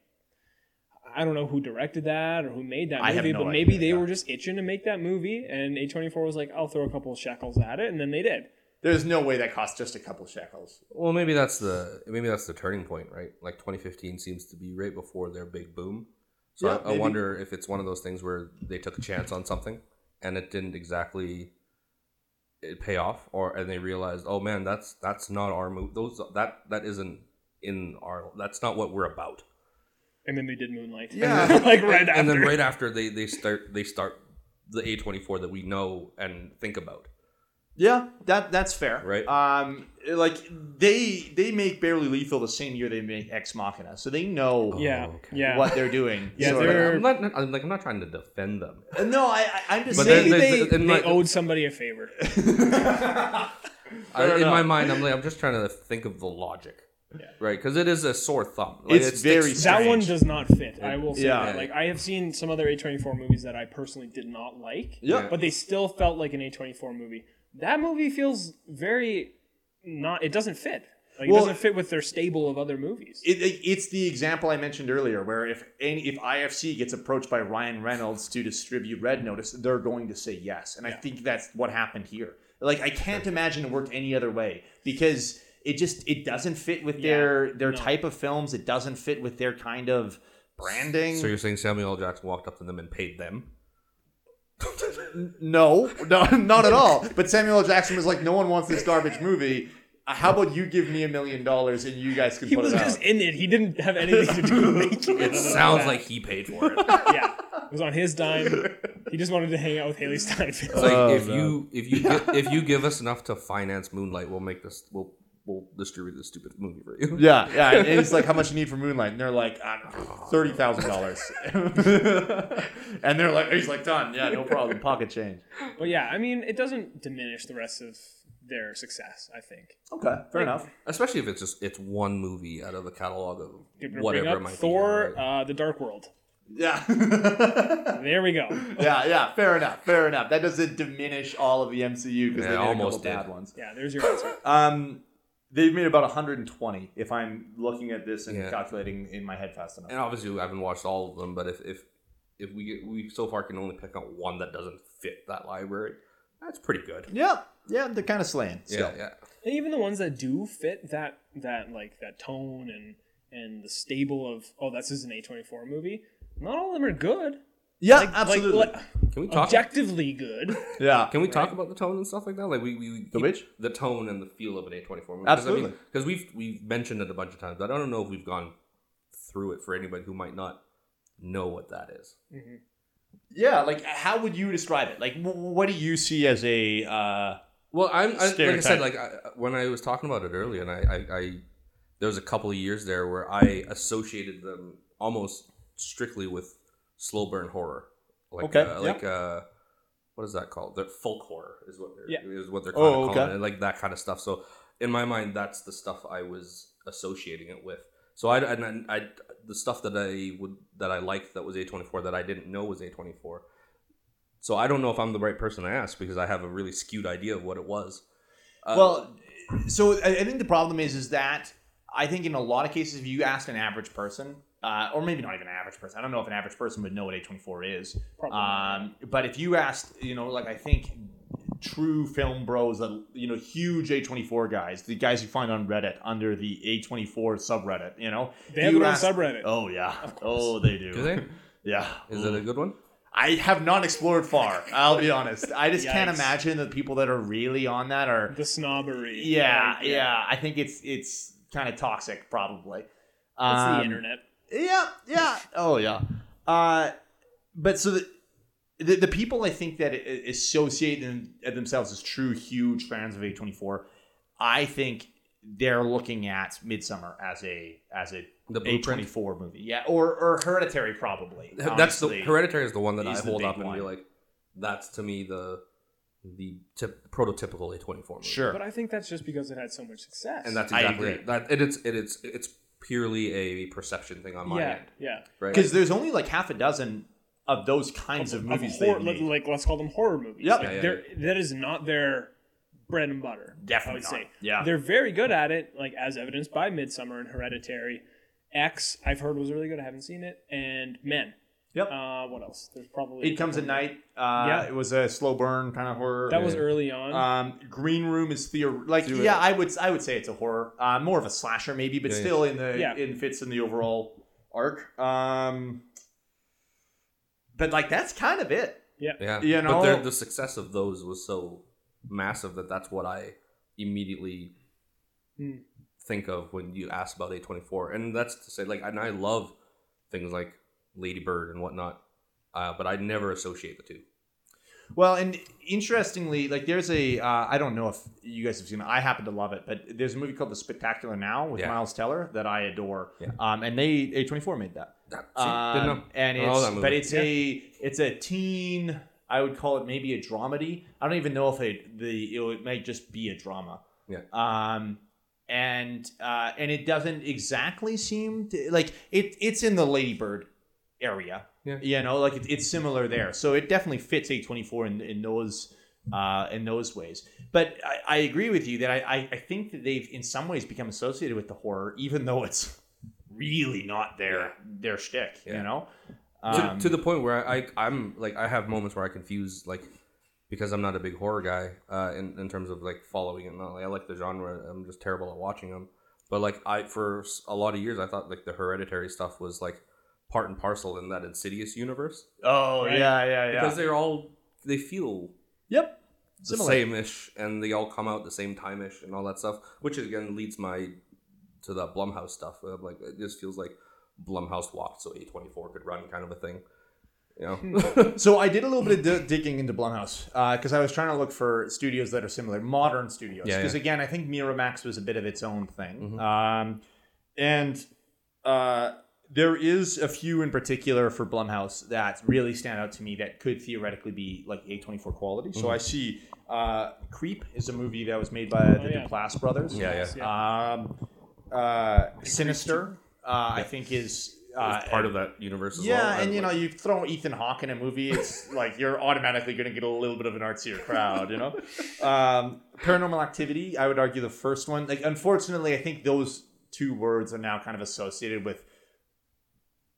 Speaker 3: I don't know who directed that or who made that
Speaker 1: I have
Speaker 3: movie,
Speaker 1: no
Speaker 3: but
Speaker 1: idea,
Speaker 3: maybe they
Speaker 1: yeah.
Speaker 3: were just itching to make that movie, and A24 was like, "I'll throw a couple of shekels at it," and then they did.
Speaker 1: There's no way that costs just a couple shekels.
Speaker 2: Well, maybe that's the maybe that's the turning point, right? Like 2015 seems to be right before their big boom. So
Speaker 1: Yeah,
Speaker 2: I, I
Speaker 1: maybe.
Speaker 2: wonder if it's one of those things where they took a chance on something and it didn't exactly eh, pay off, or and they realized, oh man, that's that's not our move. Those that that isn't in our. That's not what we're about.
Speaker 3: And then they did Moonlight.
Speaker 1: Yeah.
Speaker 3: like right after.
Speaker 2: and then right after they they start they start the A24 that we know and think about.
Speaker 1: Yeah, that that's fair.
Speaker 2: Right.
Speaker 1: Um, like they they make Barely Lethal the same year they make Ex Machina, so they know
Speaker 3: yeah,
Speaker 2: Oh, okay.
Speaker 3: yeah.
Speaker 1: what they're doing.
Speaker 3: Yeah,
Speaker 1: sort
Speaker 2: But
Speaker 1: of.
Speaker 3: they're-
Speaker 2: I'm not, I'm like I'm not trying to defend them.
Speaker 1: No, I, I I'm just
Speaker 2: But
Speaker 1: saying.
Speaker 3: Maybe
Speaker 2: then
Speaker 3: they,
Speaker 2: there's-
Speaker 3: they,
Speaker 2: in my-
Speaker 3: owed somebody a favor.
Speaker 2: I, in
Speaker 1: enough.
Speaker 2: my mind, I'm like I'm just trying to think of the logic,
Speaker 3: Yeah.
Speaker 2: right? Because it is a sore thumb. Like,
Speaker 1: It's
Speaker 2: it sticks-
Speaker 1: very
Speaker 3: That
Speaker 1: strange.
Speaker 3: one does not fit. I will say
Speaker 1: Yeah.
Speaker 3: that. Like I have seen some other A24 movies that I personally did not like,
Speaker 1: Yeah.
Speaker 3: but they still felt like an A24 movie. That movie feels very not. It doesn't fit. Like,
Speaker 1: Well-
Speaker 3: it doesn't fit with their stable of other movies.
Speaker 1: It, it, it's the example I mentioned earlier, where if any, if IFC gets approached by Ryan Reynolds to distribute Red Notice, they're going to say yes, and I think that's what happened here. Like I can't imagine it worked any other way because it just it doesn't fit with their their
Speaker 3: no.
Speaker 1: type of films. It doesn't fit with their kind of branding.
Speaker 2: So you're saying Samuel L. Jackson walked up to them and paid them?
Speaker 1: no, no, not at all. But Samuel L. Jackson was like, "No one wants this garbage movie. Uh, How about you give me a million dollars and you guys can
Speaker 3: he
Speaker 1: put
Speaker 3: was
Speaker 1: it out?"
Speaker 3: just in it. He didn't have anything to do with making it.
Speaker 2: It sounds like he paid for it. It's like
Speaker 3: yeah, it was on his dime. He just wanted to hang out with Haley Steinfeld.
Speaker 1: Oh,
Speaker 2: if you if you gi- if you give us enough to finance Moonlight, we'll make this we'll we'll distribute this stupid movie for you.
Speaker 1: Yeah, yeah. And he's like, "How much you need for Moonlight?" And they're like, thirty thousand dollars. And they're like, he's like, "Done. Yeah, no problem. Pocket change."
Speaker 3: but yeah, I mean, it doesn't diminish the rest of their success. I think.
Speaker 1: Okay, fair enough.
Speaker 2: Especially if it's just it's one movie out of a catalog of
Speaker 3: You're gonna
Speaker 2: whatever
Speaker 3: bring
Speaker 2: it
Speaker 3: up
Speaker 2: might
Speaker 3: Thor,
Speaker 2: be. right?
Speaker 3: uh, the Dark World.
Speaker 1: Yeah,
Speaker 3: There we go.
Speaker 1: yeah, yeah. Fair enough. Fair enough. That doesn't diminish all of the MCU because
Speaker 2: Yeah,
Speaker 1: they did a
Speaker 2: almost
Speaker 1: couple bad
Speaker 2: did.
Speaker 1: ones.
Speaker 3: Yeah, there's your answer.
Speaker 1: Um, they've made about 120. If I'm looking at this and
Speaker 2: Yeah.
Speaker 1: calculating in my head fast enough.
Speaker 2: and obviously I haven't watched all of them, but if if if we we so far can only pick out one that doesn't fit that library, that's pretty good.
Speaker 1: Yeah, yeah. They're kind of slaying. Still.
Speaker 2: Yeah, yeah.
Speaker 3: And even the ones that do fit that that like that tone and and the stable of oh this is an A24 movie. Not all of them are good.
Speaker 1: yeah,
Speaker 3: Like,
Speaker 1: absolutely.
Speaker 3: Like, like,
Speaker 2: Can we talk?
Speaker 3: objectively good.
Speaker 1: yeah.
Speaker 2: Can we talk about the tone and stuff like that? Like we, we, we
Speaker 1: The which?
Speaker 2: the tone and the feel of an A twenty four movie.
Speaker 1: Absolutely.
Speaker 2: Because we've we've mentioned it a bunch of times, but I don't know if we've gone through it for anybody who might not know what that is.
Speaker 3: Mm-hmm.
Speaker 1: Yeah, like how would you describe it? Like, wh- what do you see as a? Uh,
Speaker 2: Well, I'm I, like I
Speaker 1: Stereotype.
Speaker 2: said, like I, when I was talking about it earlier, and I, I, I there was a couple of years there where I associated them almost strictly with slow burn horror, like
Speaker 1: Okay,
Speaker 2: uh,
Speaker 1: yeah.
Speaker 2: like uh, what is that called? The folk horror is what they're,
Speaker 3: Yeah.
Speaker 2: is what they're kind
Speaker 1: Oh,
Speaker 2: of calling
Speaker 1: okay.
Speaker 2: it, like that kind of stuff. So in my mind, that's the stuff I was associating it with. So I and I, I the stuff that I would that I liked that was A twenty four that I didn't know was A twenty four. So I don't know if I'm the right person to ask because I have a really skewed idea of what it was. Uh,
Speaker 1: well, so I, I think the problem is is that I think in a lot of cases, if you asked an average person, uh, or maybe not even an average person, I don't know if an average person would know what A twenty four is.
Speaker 3: Probably.
Speaker 1: Um, but if you asked, you know, like I think true film bros, that you know, huge A twenty four guys, the guys you find on Reddit under the A twenty four subreddit, you know,
Speaker 3: They have
Speaker 1: you
Speaker 3: it on
Speaker 1: ask-
Speaker 3: subreddit.
Speaker 1: Oh yeah, oh they do.
Speaker 2: do they?
Speaker 1: Yeah.
Speaker 2: Is it a good one?
Speaker 1: I have not explored far. I'll be honest. I just can't
Speaker 3: Yikes.
Speaker 1: imagine that people that are really on that are.
Speaker 3: The snobbery.
Speaker 1: Yeah,
Speaker 3: Like,
Speaker 1: yeah. I think it's it's kind of toxic, probably.
Speaker 3: It's
Speaker 1: Um,
Speaker 3: the internet.
Speaker 1: Yeah, yeah. Oh, yeah. Uh, but so the, the the people I think that a- associate them, uh, themselves as true huge fans of A24, I think they're looking at Midsummer as a as a
Speaker 2: The blueprint.
Speaker 1: A24 movie. Yeah, or or Hereditary probably.
Speaker 2: That's the
Speaker 1: honestly.
Speaker 2: Hereditary is the one that I
Speaker 1: is the
Speaker 2: hold
Speaker 1: big
Speaker 2: up and be
Speaker 1: one.
Speaker 2: like, that's to me the the tip, prototypical A twenty four movie.
Speaker 1: Sure.
Speaker 3: But I think that's just because it had so much success.
Speaker 2: and that's
Speaker 1: I
Speaker 2: exactly
Speaker 1: agree.
Speaker 2: it. That it, it's it, it's it's purely a perception thing on my
Speaker 3: yeah,
Speaker 2: end,
Speaker 3: yeah.
Speaker 2: right?
Speaker 1: Because there's only like half a dozen of those kinds of, movies.
Speaker 3: horror,
Speaker 1: they
Speaker 3: like,
Speaker 1: made.
Speaker 3: like, let's call them horror movies.
Speaker 1: Yep.
Speaker 3: Like,
Speaker 2: Yeah, yeah,
Speaker 3: they're- That is not their bread and butter. I
Speaker 1: Definitely not.
Speaker 3: would say.
Speaker 1: Yeah.
Speaker 3: They're very good at it, like as evidenced by Midsummer and Hereditary. X I've heard was really good. I haven't seen it. And Men.
Speaker 1: Yep.
Speaker 3: Uh, what else? There's probably
Speaker 1: It comes at night. Uh,
Speaker 3: Yeah.
Speaker 1: It was a slow burn kind of horror.
Speaker 3: That was
Speaker 2: Yeah.
Speaker 3: early on.
Speaker 1: Um, Green Room is theor- like
Speaker 2: Do it.
Speaker 1: yeah, I would I would say it's a horror, uh, more of a slasher maybe, but
Speaker 2: Yeah, yeah.
Speaker 1: still in the
Speaker 3: Yeah.
Speaker 1: in fits in the overall arc. Um, but like that's kind of it.
Speaker 2: yeah,
Speaker 1: you
Speaker 2: but they're-
Speaker 1: know-
Speaker 2: the success of those was so massive that that's what I immediately
Speaker 3: Hmm.
Speaker 2: think of when you ask about A twenty four, and that's to say, like, and I love things like Lady Bird and whatnot, uh, but I never associate the two.
Speaker 1: Well, and interestingly, like there's a uh, I don't know if you guys have seen it. I happen to love it, but there's a movie called The Spectacular Now with
Speaker 2: Yeah.
Speaker 1: Miles Teller that I adore.
Speaker 2: Yeah.
Speaker 1: Um, and they A24 made that.
Speaker 2: That, see, didn't know.
Speaker 1: Um, and
Speaker 2: I love
Speaker 1: it's
Speaker 2: that
Speaker 1: but
Speaker 2: movie.
Speaker 1: it's a it's a teen. I would call it maybe a dramedy. I don't even know if it the it, it might just be a drama.
Speaker 2: Yeah.
Speaker 1: Um, and uh, and it doesn't exactly seem to, like it. It's in the Ladybird area.
Speaker 2: Yeah.
Speaker 1: You know, like it, it's similar there, so it definitely fits A twenty four in in those uh, in those ways. But I, I agree with you that I, I I think that they've in some ways become associated with the horror, even though it's really not their
Speaker 2: Yeah.
Speaker 1: their shtick,
Speaker 2: Yeah.
Speaker 1: you know. Um,
Speaker 2: to, to the point where I, I I'm like I have moments where I confuse like because I'm not a big horror guy uh, in in terms of like following it. Not like I like the genre. I'm just terrible at watching them. But like I for s- a lot of years I thought like the hereditary stuff was like part and parcel in that Insidious universe
Speaker 1: oh
Speaker 3: Right.
Speaker 1: yeah, yeah, yeah.
Speaker 2: because they're all they feel
Speaker 1: yep.
Speaker 2: the
Speaker 1: Similar.
Speaker 2: same ish and they all come out the same time ish and all that stuff, which again leads my to that Blumhouse stuff. Uh, like it just feels like Blumhouse walked so A24 could run kind of a thing. You know.
Speaker 1: So I did a little bit of di- digging into Blumhouse because I was trying to look for studios that are similar, modern studios.
Speaker 2: Yeah,
Speaker 1: Because again, I think Miramax was a bit of its own thing,
Speaker 2: Mhm.
Speaker 1: um, and uh, there is a few in particular for Blumhouse that really stand out to me that could theoretically be like A twenty four quality. So
Speaker 2: Mm-hmm.
Speaker 1: I see uh, Creep is a movie that was made by the
Speaker 3: Oh, yeah.
Speaker 1: Duplass brothers.
Speaker 2: Yeah, yeah.
Speaker 3: Yeah.
Speaker 1: Um, uh, Sinister, uh, I think, is uh,
Speaker 2: It's part of that universe. As well.
Speaker 1: Yeah, and
Speaker 2: I-
Speaker 1: you know, you throw Ethan Hawke in a movie, it's like you're automatically going to get a little bit of an artsier crowd, you know. Um, paranormal Activity, I would argue the first one. Like, unfortunately, I think those two words are now kind of associated with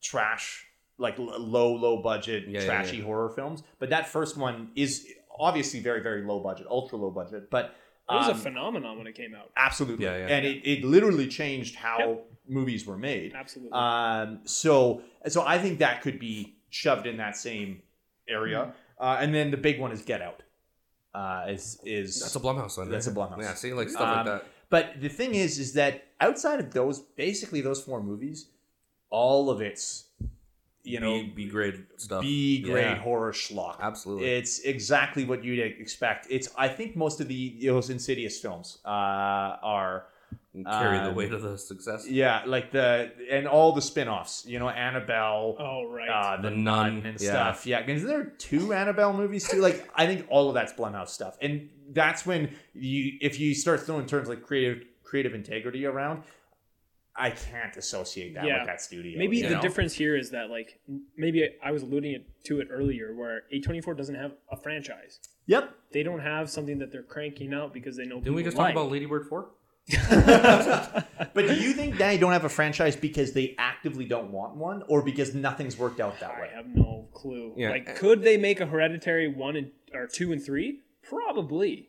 Speaker 1: trash, like l- low, low budget,
Speaker 2: Yeah, yeah,
Speaker 1: trashy
Speaker 2: yeah.
Speaker 1: horror films. But that first one is obviously very, very low budget, ultra low budget, but
Speaker 3: it was a
Speaker 1: um,
Speaker 3: phenomenon when it came out.
Speaker 1: absolutely,
Speaker 2: Yeah, yeah.
Speaker 1: and it, it literally changed how movies were made.
Speaker 3: Absolutely.
Speaker 1: Um, so so I think that could be shoved in that same
Speaker 2: Hmm.
Speaker 1: area. Uh, and then the big one is Get Out. Uh, is is
Speaker 2: that's a Blumhouse one.
Speaker 1: That's a Blumhouse.
Speaker 2: Yeah, see, like stuff
Speaker 1: Um,
Speaker 2: like that.
Speaker 1: but the thing is, is that outside of those, basically those four movies, all of it's you know
Speaker 2: B, B grade stuff.
Speaker 1: B grade
Speaker 2: Yeah.
Speaker 1: horror schlock.
Speaker 2: Absolutely.
Speaker 1: It's exactly what you'd expect. It's I think most of the those Insidious films uh, are
Speaker 2: And carry the
Speaker 1: um,
Speaker 2: weight of the success.
Speaker 1: yeah like the and all the spin-offs, you know Annabelle,
Speaker 3: oh right.
Speaker 1: uh, the
Speaker 2: The
Speaker 1: nun
Speaker 2: Nun,
Speaker 1: and
Speaker 2: yeah.
Speaker 1: stuff. Yeah, because there are two Annabelle movies too. Like I think all of that's Blumhouse stuff, and that's when you if you start throwing terms like creative creative integrity around, I can't associate that
Speaker 3: Yeah.
Speaker 1: with that studio.
Speaker 3: maybe
Speaker 1: you
Speaker 3: the
Speaker 1: know?
Speaker 3: difference here is that like m- maybe I was alluding it- to it earlier, where A24 doesn't have a franchise.
Speaker 1: Yep.
Speaker 3: They don't have something that they're cranking out because they know.
Speaker 2: Didn't we
Speaker 3: people
Speaker 2: just
Speaker 3: like.
Speaker 2: talk about Ladybird Four?
Speaker 1: But do you think they don't have a franchise because they actively don't want one, or because nothing's worked out that
Speaker 3: I
Speaker 1: way?
Speaker 3: have no clue.
Speaker 2: Yeah.
Speaker 3: Like, could they make a hereditary one and or two and three? Probably.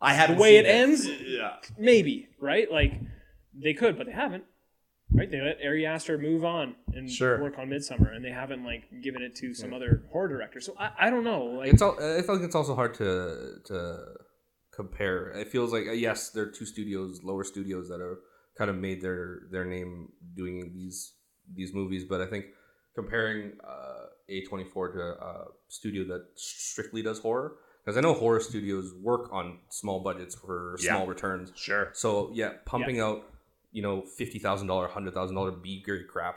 Speaker 1: I haven't
Speaker 3: The way
Speaker 1: seen
Speaker 3: it ends?
Speaker 1: Yeah.
Speaker 3: Maybe. Right? Like, they could, but they haven't. right? They let Ari Aster move on and
Speaker 1: Sure.
Speaker 3: work on Midsummer, and they haven't like given it to some other horror director. So I, I don't know. Like
Speaker 2: It's all. I think it's also hard to to compare. It feels like uh, yes, there are two studios, lower studios that are kind of made their their name doing these these movies, but I think comparing uh, A twenty four to a studio that strictly does horror, because I know horror studios work on small budgets for
Speaker 1: Yeah.
Speaker 2: small returns.
Speaker 1: Sure.
Speaker 2: So yeah, pumping out you know fifty thousand dollar, hundred thousand dollar B grade crap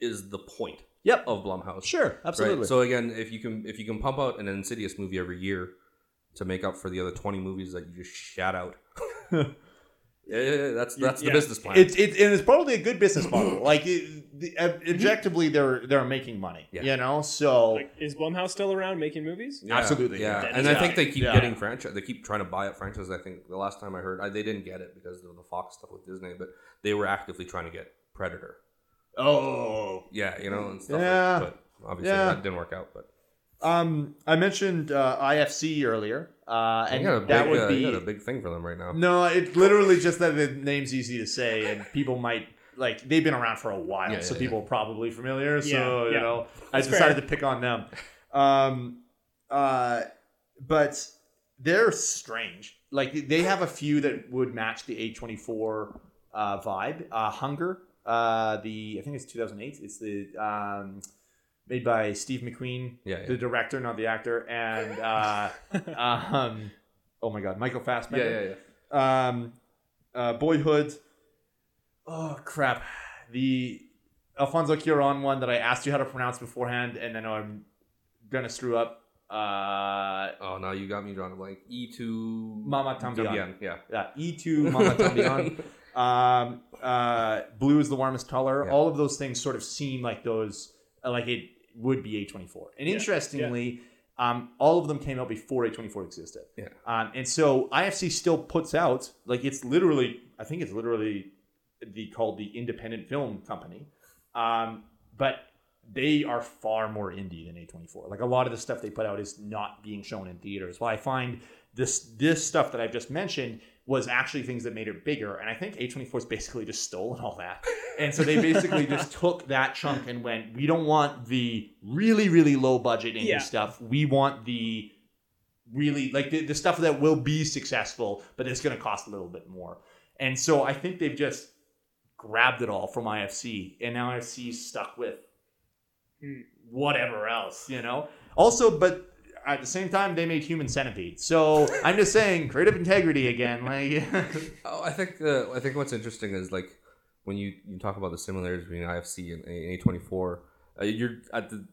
Speaker 2: is the point
Speaker 1: Yep.
Speaker 2: of Blumhouse.
Speaker 1: Sure. Absolutely.
Speaker 2: Right. So again, if you can if you can pump out an Insidious movie every year to make up for the other twenty movies that you just shat out, yeah, yeah, yeah, that's
Speaker 3: You-
Speaker 2: that's
Speaker 3: yeah.
Speaker 2: the business plan.
Speaker 1: It's it, and it's probably a good business model. Like it, the, ob- objectively, they're they're making money.
Speaker 2: Yeah.
Speaker 1: You know, so
Speaker 3: like is Blumhouse still around making movies?
Speaker 2: Yeah,
Speaker 1: absolutely.
Speaker 2: yeah.
Speaker 3: That
Speaker 2: And
Speaker 3: is
Speaker 2: I think they keep
Speaker 1: Yeah.
Speaker 2: getting franchise. They keep trying to buy up franchises. I think the last time I heard, I, they didn't get it because of the Fox stuff with Disney, but they were actively trying to get Predator.
Speaker 1: oh,
Speaker 2: Yeah, you know, and stuff.
Speaker 1: Yeah.
Speaker 2: Like, but obviously
Speaker 1: Yeah.
Speaker 2: that didn't work out. But
Speaker 1: um, I mentioned uh, IFC earlier, uh, and
Speaker 2: you got a big,
Speaker 1: that would
Speaker 2: uh,
Speaker 1: be
Speaker 2: you got a big thing for them right now.
Speaker 1: no. It's literally just that the name's easy to say, and people might like they've been around for a while,
Speaker 2: Yeah, yeah,
Speaker 1: so
Speaker 2: yeah.
Speaker 1: people are probably familiar. So
Speaker 3: Yeah,
Speaker 1: you
Speaker 3: yeah.
Speaker 1: know, I
Speaker 3: That's
Speaker 1: decided to pick on them. Um, uh, but they're strange. Like they have a few that would match the A24 uh, vibe. Uh, Hunger, uh, the I think it's 2008. It's the um, made by Steve McQueen,
Speaker 2: Yeah, yeah.
Speaker 1: the director, not the actor, and uh, um, oh my God, Michael
Speaker 2: yeah,
Speaker 1: Fassbender
Speaker 2: yeah, yeah.
Speaker 1: um, uh, Boyhood. Oh crap! The Alfonso Cuarón one that I asked you how to pronounce beforehand, and then I'm gonna screw up. Uh,
Speaker 2: Oh, now you got me drawing a blank. E two
Speaker 1: Mama Tambian.
Speaker 2: Yeah.
Speaker 1: Yeah, E2 Mama Tambian. Um, uh, blue is the warmest color.
Speaker 2: Yeah.
Speaker 1: All of those things sort of seem like those, uh, like it would be A24. And
Speaker 3: Yeah.
Speaker 1: interestingly, Um, all of them came out before A24 existed.
Speaker 2: Yeah.
Speaker 1: Um, and so IFC still puts out, like it's literally, I think it's literally the called the independent film company. Um, but they are far more indie than A24. Like a lot of the stuff they put out is not being shown in theaters. Well, I find this this stuff that I've just mentioned was actually things that made it bigger. And I think A24's basically just stolen all that. And so they basically just took that chunk and went, we don't want the really, really low budget indie
Speaker 3: Yeah.
Speaker 1: stuff. We want the really like the, the stuff that will be successful, but it's gonna cost a little bit more. And so I think they've just grabbed it all from IFC, and now IFC's stuck with
Speaker 3: Hmm.
Speaker 1: whatever else, you know. Also, but at the same time, they made Human Centipede. So I'm just saying, creative integrity again. Like,
Speaker 2: Oh, I think uh, I think what's interesting is like when you, you talk about the similarities between IFC and A twenty four. You're at the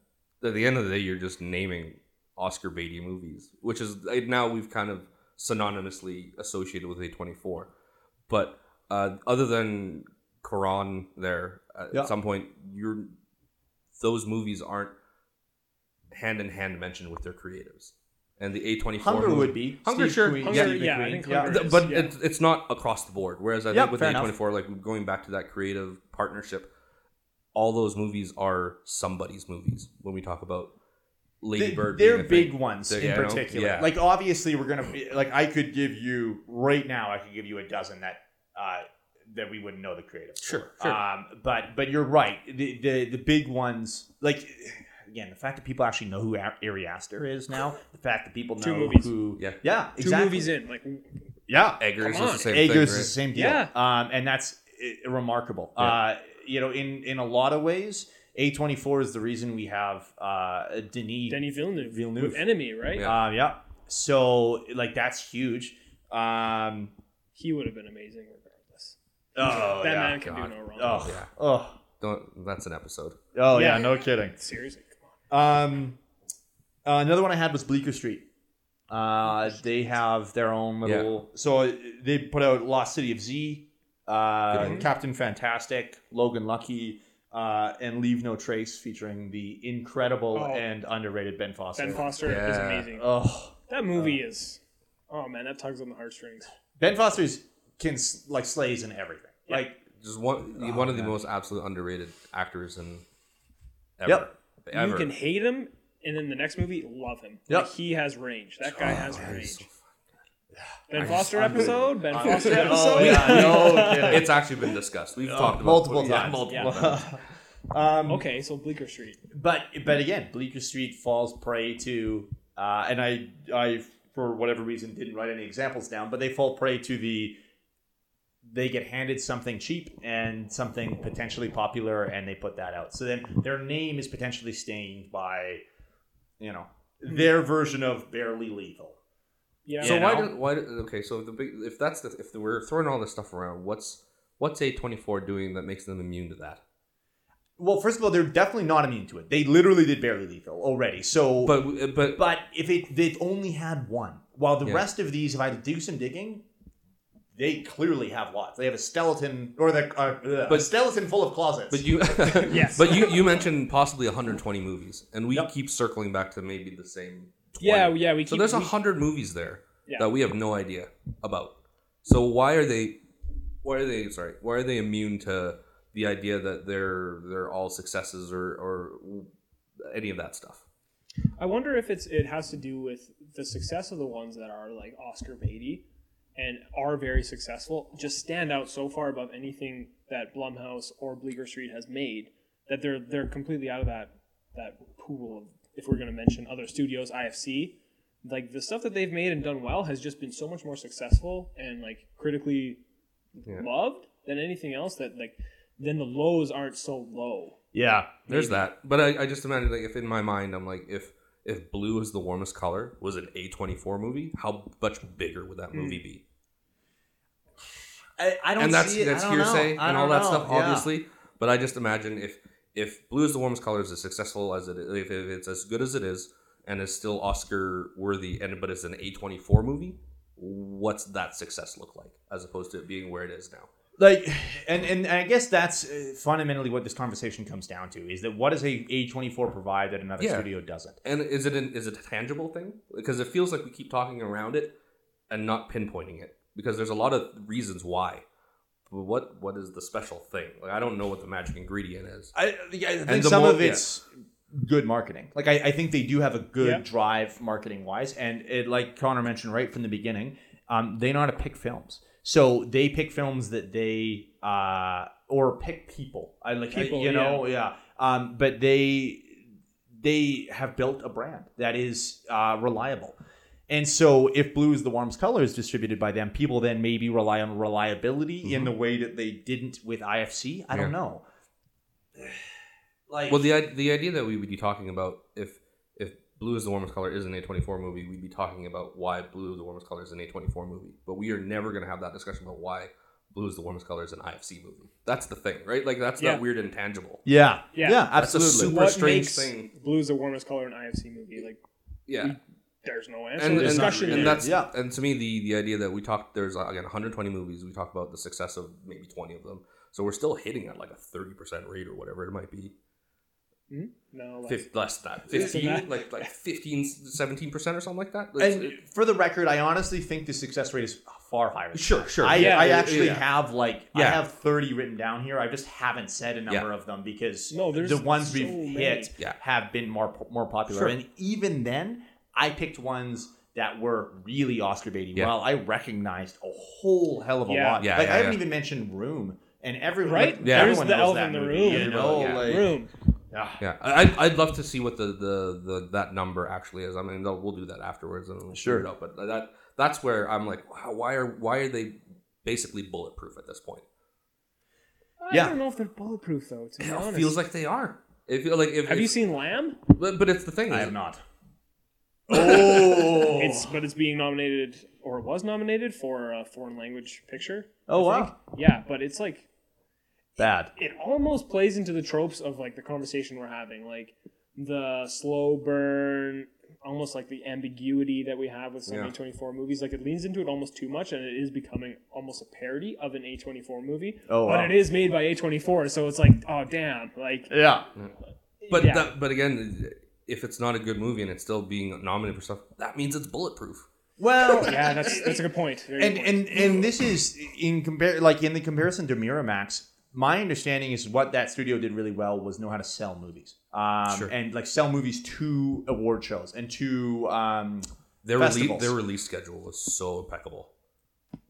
Speaker 2: at the end of the day, you're just naming Oscar Beatty movies, which is like, now we've kind of synonymously associated with A twenty four. But uh, other than Quran, there uh,
Speaker 1: Yeah.
Speaker 2: at some point, you're those movies aren't hand in hand mentioned with their creatives, and the A twenty four
Speaker 1: Hunger would be
Speaker 2: Hunger, sure.
Speaker 3: Hunger,
Speaker 1: Steve
Speaker 3: yeah, I
Speaker 1: McQueen.
Speaker 3: think
Speaker 1: Yeah.
Speaker 3: Hunger-
Speaker 2: Th-
Speaker 3: is,
Speaker 2: but
Speaker 3: yeah.
Speaker 2: it's, it's not across the board. Whereas I
Speaker 1: Yeah,
Speaker 2: think with
Speaker 1: fair
Speaker 2: A
Speaker 1: enough.
Speaker 2: twenty four, like going back to that creative partnership, all those movies are somebody's movies. When we talk about Lady
Speaker 1: Th-
Speaker 2: Bird,
Speaker 1: they're
Speaker 2: being a
Speaker 1: big
Speaker 2: thing.
Speaker 1: ones
Speaker 2: They're-
Speaker 1: in
Speaker 2: yeah, I know.
Speaker 1: particular.
Speaker 2: Yeah.
Speaker 1: Like obviously, we're gonna be, like I could give you right now. I could give you a dozen that uh, that we wouldn't know the creative. for.
Speaker 2: Sure, sure.
Speaker 1: Um, but but you're right. The, the the big ones like. Again, the fact that people actually know who A- Ari Aster is now, the fact that people know
Speaker 3: Two movies.
Speaker 1: who,
Speaker 2: Yeah.
Speaker 1: yeah,
Speaker 3: Two
Speaker 1: exactly.
Speaker 3: movies in, like
Speaker 1: yeah,
Speaker 2: Eggers
Speaker 3: Come
Speaker 2: is
Speaker 3: on.
Speaker 2: the same
Speaker 1: Eggers
Speaker 2: thing.
Speaker 1: is
Speaker 2: right?
Speaker 1: the same deal.
Speaker 3: Yeah.
Speaker 1: Um, and that's uh, remarkable. Uh, you know, in in a lot of ways, A24 is the reason we have uh, Denis
Speaker 3: Denny Villeneuve,
Speaker 1: Villeneuve.
Speaker 3: with Enemy, right?
Speaker 2: Yeah.
Speaker 1: Uh, yeah. So like that's huge. Um,
Speaker 3: He would have been amazing regardless.
Speaker 1: oh
Speaker 3: that man can
Speaker 2: God.
Speaker 3: do no wrong.
Speaker 1: Oh,
Speaker 2: Yeah.
Speaker 1: oh,
Speaker 2: Don't, that's an episode.
Speaker 1: oh yeah.
Speaker 3: Yeah.
Speaker 1: No kidding.
Speaker 3: Seriously, come on.
Speaker 1: Um, uh, another one I had was Bleecker Street. Uh, they have their own little. So they put out Lost City of Z, uh,
Speaker 2: Mhm.
Speaker 1: Captain Fantastic, Logan Lucky, uh, and Leave No Trace, featuring the incredible
Speaker 3: Oh.
Speaker 1: and underrated Ben Foster.
Speaker 3: Ben Foster is
Speaker 2: Yeah.
Speaker 3: amazing.
Speaker 1: Oh,
Speaker 3: that
Speaker 2: Um,
Speaker 3: movie is. Oh man, that tugs on the heartstrings.
Speaker 1: Ben Foster's can s- like slays in everything.
Speaker 3: Yeah.
Speaker 1: Like
Speaker 2: Just one,
Speaker 1: Oh,
Speaker 2: one of the
Speaker 1: man.
Speaker 2: most absolute underrated actors in ever.
Speaker 1: Yep.
Speaker 2: Ever.
Speaker 3: You can hate him, and then the next movie, love him.
Speaker 1: Yep.
Speaker 3: Like, he has range. That guy has
Speaker 2: Oh, he's
Speaker 3: range.
Speaker 2: so-
Speaker 3: Ben
Speaker 2: I just-
Speaker 3: Foster
Speaker 2: I'm-
Speaker 3: episode. Ben Foster
Speaker 1: yeah.
Speaker 3: episode.
Speaker 1: Oh, yeah. No kidding.
Speaker 2: it's actually been discussed. We've talked about
Speaker 1: Uh, multiple
Speaker 2: it. Yeah,
Speaker 1: times.
Speaker 2: multiple
Speaker 3: Yeah.
Speaker 2: times.
Speaker 1: um,
Speaker 3: Okay, so Bleecker Street.
Speaker 1: But but again, Bleecker Street falls prey to, uh, and I I for whatever reason didn't write any examples down, but they fall prey to the they get handed something cheap and something potentially popular, and they put that out. So then their name is potentially stained by, you know, their version of barely lethal.
Speaker 3: Yeah.
Speaker 2: So
Speaker 1: You
Speaker 2: why
Speaker 1: know?
Speaker 2: did why did, okay? So the big, if that's the if we're throwing all this stuff around, what's what's A twenty four doing that makes them immune to that?
Speaker 1: Well, first of all, they're definitely not immune to it. They literally did barely lethal already. So
Speaker 2: But but
Speaker 1: But if it they've only had one, while the
Speaker 2: Yeah.
Speaker 1: rest of these, if I do some digging, they clearly have lots. They have a skeleton or the uh, but,
Speaker 2: But-
Speaker 1: a skeleton full of closets.
Speaker 2: but you
Speaker 3: Yes.
Speaker 2: But you you mentioned possibly one hundred twenty movies, and we
Speaker 1: Yep.
Speaker 2: keep circling back to maybe the same. 20.
Speaker 3: Yeah, yeah. We keep,
Speaker 2: So there's a
Speaker 3: we-
Speaker 2: hundred movies there
Speaker 3: Yeah.
Speaker 2: that we have no idea about. So why are they? Why are they? Sorry, why are they immune to the idea that they're they're all successes or or any of that stuff?
Speaker 3: I wonder if it's it has to do with the success of the ones that are like Oscar baity and are very successful, just stand out so far above anything that Blumhouse or Bleecker Street has made that they're they're completely out of that that pool of if we're going to mention other studios, IFC, like the stuff that they've made and done well has just been so much more successful and like critically
Speaker 2: Yeah.
Speaker 3: loved than anything else that like then the lows aren't so low.
Speaker 1: yeah,
Speaker 2: There's that. But I, I just imagine like if in my mind I'm like if if blue is the warmest color was an A24 movie, how much bigger would that movie be?
Speaker 1: Hmm. I, I don't.
Speaker 2: and that's
Speaker 1: see it.
Speaker 2: that's
Speaker 1: I don't know.
Speaker 2: hearsay
Speaker 1: I
Speaker 2: and all
Speaker 1: don't
Speaker 2: that
Speaker 1: know.
Speaker 2: stuff,
Speaker 1: Yeah.
Speaker 2: obviously. But I just imagine if if blue is the warmest color is as successful as it is, if, if it's as good as it is and is still Oscar worthy, and but it's an A24 movie, what's that success look like as opposed to it being where it is now?
Speaker 1: Like, and, and I guess that's uh, fundamentally what this conversation comes down to is that what does a A twenty four provide that another
Speaker 2: Yeah.
Speaker 1: studio doesn't?
Speaker 2: And is it an, is it a tangible thing? Because it feels like we keep talking around it and not pinpointing it. Because there's a lot of reasons why. But what what is the special thing? Like I don't know what the magic ingredient is.
Speaker 1: I, yeah, I think
Speaker 2: And the
Speaker 1: some
Speaker 2: more-
Speaker 1: of it's good marketing. Like I, I think they do have a good
Speaker 3: Yeah.
Speaker 1: drive marketing wise, and it like Connor mentioned right from the beginning, um, they know how to pick films. So they pick films that they uh, or pick people. I like I-
Speaker 3: People,
Speaker 1: you know yeah. Um, but they they have built a brand that is uh, reliable. And so, if blue is the warmest color is distributed by them, people then maybe rely on reliability in the way that they didn't with IFC. I don't
Speaker 2: Mm-hmm. Yeah.
Speaker 1: know. Like,
Speaker 2: Well, the i- the idea that we would be talking about if if blue is the warmest color is an A24 movie, we'd be talking about why blue is the warmest color is an A24 movie. But we are never going to have that discussion about why blue is the warmest color is an IFC movie. That's the thing, right? Like that's
Speaker 3: Yeah.
Speaker 2: that weird intangible.
Speaker 1: yeah,
Speaker 3: Yeah.
Speaker 1: yeah,
Speaker 2: That's a
Speaker 1: absolutely.
Speaker 2: super
Speaker 3: what
Speaker 2: strange
Speaker 3: makes
Speaker 2: thing.
Speaker 3: Blue's the warmest color in IFC movie. Like
Speaker 2: Yeah.
Speaker 3: there's no answer.
Speaker 2: and,
Speaker 3: The
Speaker 2: and,
Speaker 1: It's not
Speaker 3: discussion
Speaker 1: really-
Speaker 2: and
Speaker 3: there.
Speaker 2: that's
Speaker 1: Yeah.
Speaker 2: and to me the the idea that we talked there's uh, again 120 movies we talked about the success of maybe 20 of them so we're still hitting at like a 30% rate or whatever it might be
Speaker 3: no like,
Speaker 2: Fif- less than that
Speaker 3: Less than
Speaker 2: 15
Speaker 3: that.
Speaker 2: like like 15 17% or something like that It's-
Speaker 1: and
Speaker 2: it-
Speaker 1: for the record, I honestly think the success rate is far higher. than
Speaker 2: Sure,
Speaker 1: that.
Speaker 2: sure.
Speaker 1: I,
Speaker 3: Yeah,
Speaker 1: I
Speaker 2: yeah,
Speaker 1: actually
Speaker 2: yeah.
Speaker 1: have like I
Speaker 2: Yeah.
Speaker 1: have thirty written down here. I just haven't said a number of them because
Speaker 3: No, there's
Speaker 1: the ones
Speaker 3: so
Speaker 1: we've
Speaker 3: many.
Speaker 1: hit
Speaker 2: Yeah.
Speaker 1: have been more more popular.
Speaker 2: Sure.
Speaker 1: And even then, I picked ones that were really Oscar baiting.
Speaker 2: Yeah.
Speaker 1: Well, I recognized a whole hell of a
Speaker 3: Yeah.
Speaker 1: lot.
Speaker 2: Yeah,
Speaker 1: like
Speaker 2: yeah,
Speaker 1: I haven't
Speaker 2: yeah.
Speaker 1: even mentioned Room and every
Speaker 3: Right?
Speaker 1: Like,
Speaker 2: Yeah.
Speaker 1: everyone
Speaker 3: There's the
Speaker 1: knows
Speaker 3: elf
Speaker 1: that
Speaker 3: in the
Speaker 1: movie,
Speaker 3: room.
Speaker 1: You know,
Speaker 2: Yeah.
Speaker 1: like
Speaker 3: room.
Speaker 1: ah.
Speaker 2: yeah I, I'd- I'd love to see what the, the the that number actually is i mean they'll- we'll do that afterwards and we'll
Speaker 1: Sure.
Speaker 2: figure it out but that that's where i'm like wow, why are why are they basically bulletproof at this point
Speaker 1: Yeah.
Speaker 3: I don't know if they're bulletproof though. To be
Speaker 2: it
Speaker 3: honest,
Speaker 2: feels like they are it feel like if,
Speaker 3: have
Speaker 2: if-
Speaker 3: you seen Lamb?
Speaker 2: but, but it's the thing
Speaker 1: I
Speaker 2: is-
Speaker 1: have not. Oh,
Speaker 3: It's but it's being nominated or was nominated for a foreign language picture.
Speaker 1: oh
Speaker 3: I
Speaker 1: wow,
Speaker 3: think. Yeah, but it's like
Speaker 1: bad.
Speaker 3: it almost plays into the tropes of like the conversation we're having, like the slow burn, almost like the ambiguity that we have with some
Speaker 2: Yeah.
Speaker 3: A24 movies. Like it leans into it almost too much, and it is becoming almost a parody of an A24 movie.
Speaker 1: Oh,
Speaker 3: but
Speaker 1: wow.
Speaker 3: it is made by A24, so it's like, oh damn, like
Speaker 1: Yeah.
Speaker 2: But
Speaker 3: Yeah.
Speaker 2: that, but again, if it's not a good movie and it's still being nominated for stuff, that means it's bulletproof.
Speaker 1: Well,
Speaker 3: yeah, that's that's a good point. Very good
Speaker 1: and and
Speaker 3: point.
Speaker 1: and this is in compare like in the comparison to Miramax. My understanding is what that studio did really well was know how to sell movies, um,
Speaker 2: Sure.
Speaker 1: and like sell movies to award shows and to um,
Speaker 2: Their release,
Speaker 1: festivals.
Speaker 2: their release schedule was so impeccable.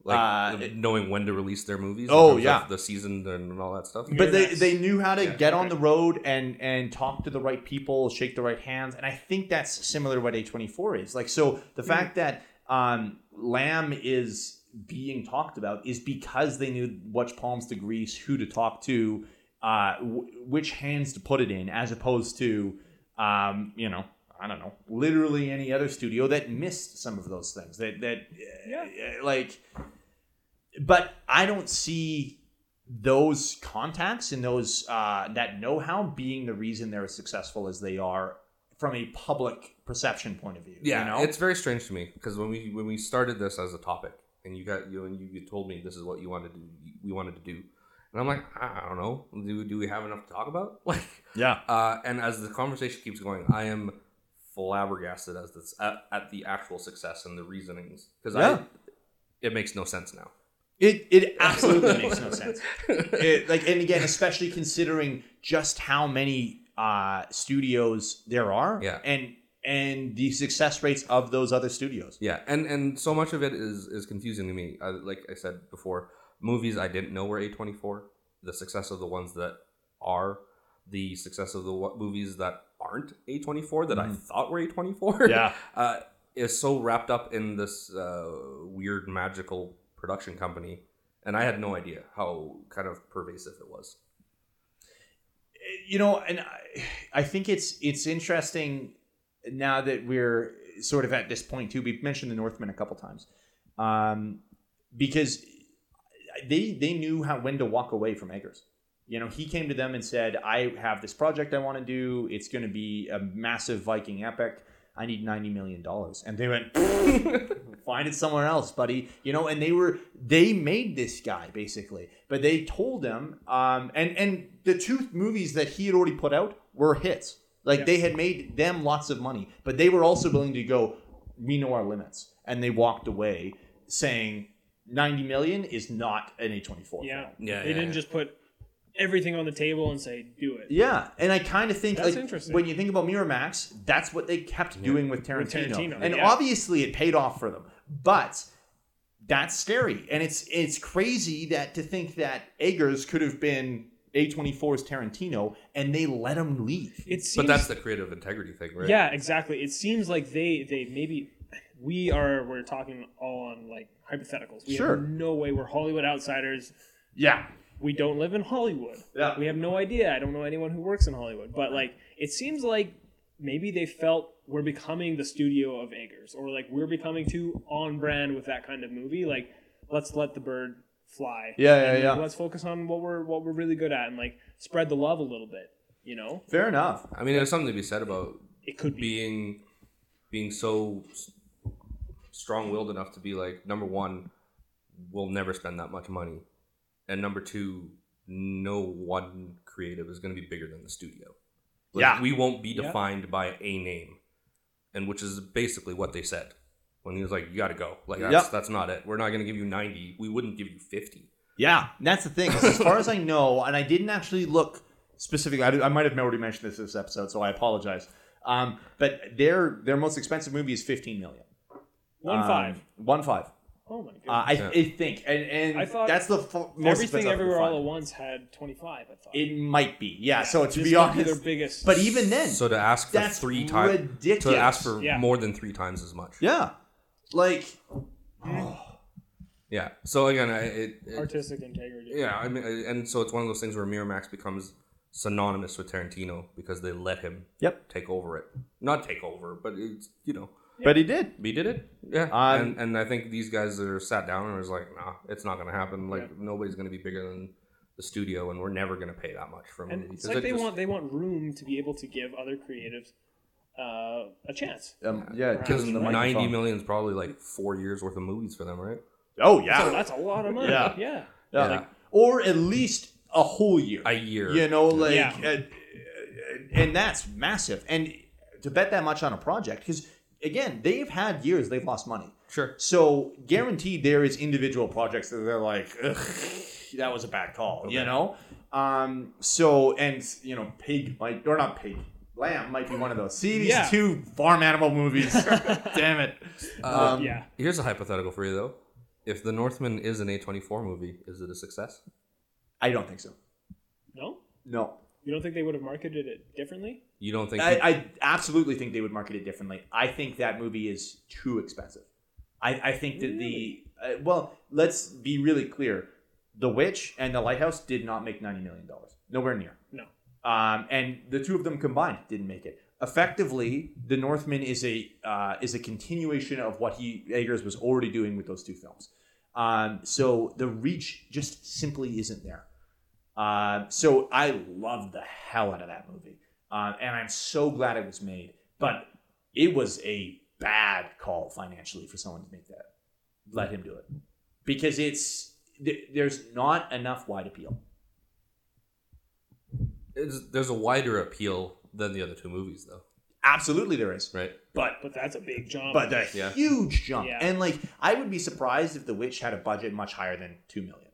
Speaker 2: Like
Speaker 1: Uh,
Speaker 2: the- knowing when to release their movies. in
Speaker 1: Oh,
Speaker 2: terms of
Speaker 1: yeah.
Speaker 2: the season and all that stuff.
Speaker 1: but they,
Speaker 3: Miramax.
Speaker 1: they knew how to
Speaker 2: Yeah.
Speaker 1: get on the road and and talk to the right people shake the right hands and i think that's similar to what a24 is like so the
Speaker 2: Mm.
Speaker 1: fact that um lamb is being talked about is because they knew which palms to grease who to talk to uh w- which hands to put it in as opposed to um you know I don't know, literally any other studio that missed some of those things. That that
Speaker 3: Yeah.
Speaker 1: uh, like, but I don't see those contacts and those uh, that know-how being the reason they're as successful as they are from a public perception point of view.
Speaker 2: Yeah,
Speaker 1: you know?
Speaker 2: it's very strange to me because when we when we started this as a topic, and you got you and you, you told me this is what you wanted to we wanted to do, and I'm like, I I don't know, do, do we have enough to talk about? Like,
Speaker 1: yeah,
Speaker 2: uh, and as the conversation keeps going, I am flabbergasted as this at, at the actual success and the reasonings because
Speaker 1: Yeah.
Speaker 2: I it makes no sense now.
Speaker 1: it it absolutely makes no sense. It, like, and again, especially considering just how many uh, studios there are,
Speaker 2: Yeah.
Speaker 1: and and the success rates of those other studios.
Speaker 2: Yeah, and and so much of it is is confusing to me. I, like I said before, movies I didn't know were A twenty four. The success of the ones that are, the success of the w- movies that aren't A twenty four that I
Speaker 1: Mhm.
Speaker 2: thought were A twenty four. uh, is so wrapped up in this uh, weird magical production company, and I had no idea how kind of pervasive it was.
Speaker 1: you know and I, I think it's it's interesting now that we're sort of at this point too we've mentioned the northmen a couple times um, because they they knew how when to walk away from eggers you know he came to them and said i have this project i want to do it's going to be a massive viking epic i need 90 million dollars and they went find it somewhere else buddy you know and they were they made this guy basically but they told him um and and the two movies that he had already put out were hits like
Speaker 3: Yeah.
Speaker 1: they had made them lots of money but they were also willing to go we know our limits and they walked away saying 90 million is not an a24
Speaker 3: Yeah.
Speaker 1: film.
Speaker 2: Yeah,
Speaker 3: They didn't just put everything on the table and say, do it.
Speaker 1: Yeah, and I kind of think
Speaker 3: That's
Speaker 1: like,
Speaker 3: interesting.
Speaker 1: when you think about Miramax, that's what they kept doing with Tarantino,
Speaker 3: Tarantino,
Speaker 1: and
Speaker 3: yeah.
Speaker 1: obviously it paid off for them. But that's scary, and it's it's crazy that to think that Eggers could have been A24's Tarantino, and they let him leave.
Speaker 3: It seems,
Speaker 2: but that's the creative integrity thing, right?
Speaker 3: yeah, exactly. It seems like they, they maybe, we are, we're talking all on like hypotheticals. We
Speaker 1: Sure.
Speaker 3: have no way we're Hollywood outsiders.
Speaker 1: Yeah,
Speaker 3: We don't live in Hollywood.
Speaker 1: Yeah.
Speaker 3: We have no idea. I don't know anyone who works in Hollywood. But like, it seems like maybe they felt we're becoming the studio of Eggers, or like we're becoming too on brand with that kind of movie. Like, let's let the bird fly.
Speaker 1: Yeah, yeah,
Speaker 3: And
Speaker 1: yeah.
Speaker 3: Let's focus on what we're what we're really good at and like spread the love a little bit. You know,
Speaker 1: fair enough.
Speaker 2: I mean, there's something to be said about
Speaker 3: it could be.
Speaker 2: being being so s- strong-willed enough to be like number one we'll never spend that much money and number two no one creative is going to be bigger than the studio Like,
Speaker 1: Yeah.
Speaker 2: we won't be
Speaker 3: Yeah.
Speaker 2: defined by a name and which is basically what they said when he was like you got to go like that's,
Speaker 1: Yep.
Speaker 2: that's not it we're not going to give you 90 we wouldn't give you 50
Speaker 1: Yeah, and that's the thing. is As far as I know, and I didn't actually look specifically. I, did- I might have already mentioned this this episode, so I apologize. Um, but their their most expensive movie is fifteen million.
Speaker 3: One
Speaker 1: Um,
Speaker 3: five.
Speaker 1: One five.
Speaker 3: Oh my
Speaker 1: Uh,
Speaker 3: god.
Speaker 1: I,
Speaker 2: Yeah.
Speaker 1: I think, and and
Speaker 3: I thought
Speaker 1: that's the f- most
Speaker 3: Everything
Speaker 1: expensive I could
Speaker 3: everywhere all
Speaker 1: find.
Speaker 3: at once had twenty five. I thought.
Speaker 1: It might be, yeah. so to
Speaker 3: This
Speaker 1: be
Speaker 3: could their
Speaker 1: honest,
Speaker 3: biggest.
Speaker 1: but even then,
Speaker 2: so to ask for
Speaker 1: that's
Speaker 2: three times
Speaker 1: ridiculous.
Speaker 2: to ask for
Speaker 3: Yeah.
Speaker 2: more than three times as much
Speaker 1: yeah, like
Speaker 2: yeah so again I, it, it
Speaker 3: artistic integrity.
Speaker 2: Yeah, I mean, I- and so it's one of those things where Miramax becomes synonymous with Tarantino because they let him
Speaker 1: Yep.
Speaker 2: take over it. Not take over, but it's you know
Speaker 1: but he did.
Speaker 2: he did it. Yeah,
Speaker 1: Um,
Speaker 2: and and I think these guys are sat down and was like, nah, it's not gonna happen. Like
Speaker 3: Yeah.
Speaker 2: nobody's gonna be bigger than the studio, and we're never gonna pay that much for a movie.
Speaker 3: and it's
Speaker 2: 'Cause
Speaker 3: like
Speaker 2: it
Speaker 3: they
Speaker 2: just-
Speaker 3: want they want room to be able to give other creatives uh, a chance.
Speaker 1: Um, yeah, it gives
Speaker 2: because
Speaker 1: him the
Speaker 2: ninety
Speaker 1: microphone.
Speaker 2: million is probably like four years worth of movies for them, right?
Speaker 1: Oh
Speaker 3: So
Speaker 1: yeah,
Speaker 3: that's a lot of money.
Speaker 1: Yeah.
Speaker 3: Yeah.
Speaker 1: yeah.
Speaker 2: Yeah.
Speaker 1: or at least a whole year.
Speaker 2: A year.
Speaker 1: You know, like,
Speaker 3: Yeah.
Speaker 1: and, and that's massive. And to bet that much on a project, because again, they've had years they've lost money.
Speaker 2: Sure.
Speaker 1: So guaranteed, there is individual projects that they're like, Ugh, that was a bad call, you know. Um, so and you know, Pig might or not Pig, Lamb might be one of those. See these
Speaker 3: Yeah.
Speaker 1: two farm animal movies. Damn it. Um,
Speaker 3: yeah.
Speaker 2: Here's a hypothetical for you though. If The Northman is an A24 movie, is it a success?
Speaker 1: I don't think so.
Speaker 3: No?
Speaker 1: No.
Speaker 3: You don't think they would have marketed it differently?
Speaker 2: You don't think?
Speaker 1: I, I absolutely think they would market it differently. I think that movie is too expensive. I, I think that
Speaker 3: Really?
Speaker 1: the uh, well, let's be really clear: The Witch and The Lighthouse did not make ninety million dollars, nowhere near.
Speaker 3: No.
Speaker 1: Um, and the two of them combined didn't make it. Effectively, The Northman is a uh, is a continuation of what he Eggers was already doing with those two films. Um, so the reach just simply isn't there. Um, so I loved the hell out of that movie, um, and I'm so glad it was made. But it was a bad call financially for someone to make that. Let him do it because it's th- there's not enough wide appeal.
Speaker 2: It's- there's a wider appeal than the other two movies though,
Speaker 1: Absolutely, there is,
Speaker 2: right?
Speaker 1: but
Speaker 3: But that's a big jump.
Speaker 1: but a
Speaker 2: Yeah.
Speaker 1: huge jump.
Speaker 3: Yeah.
Speaker 1: And like, I would be surprised if The Witch had a budget much higher than two million.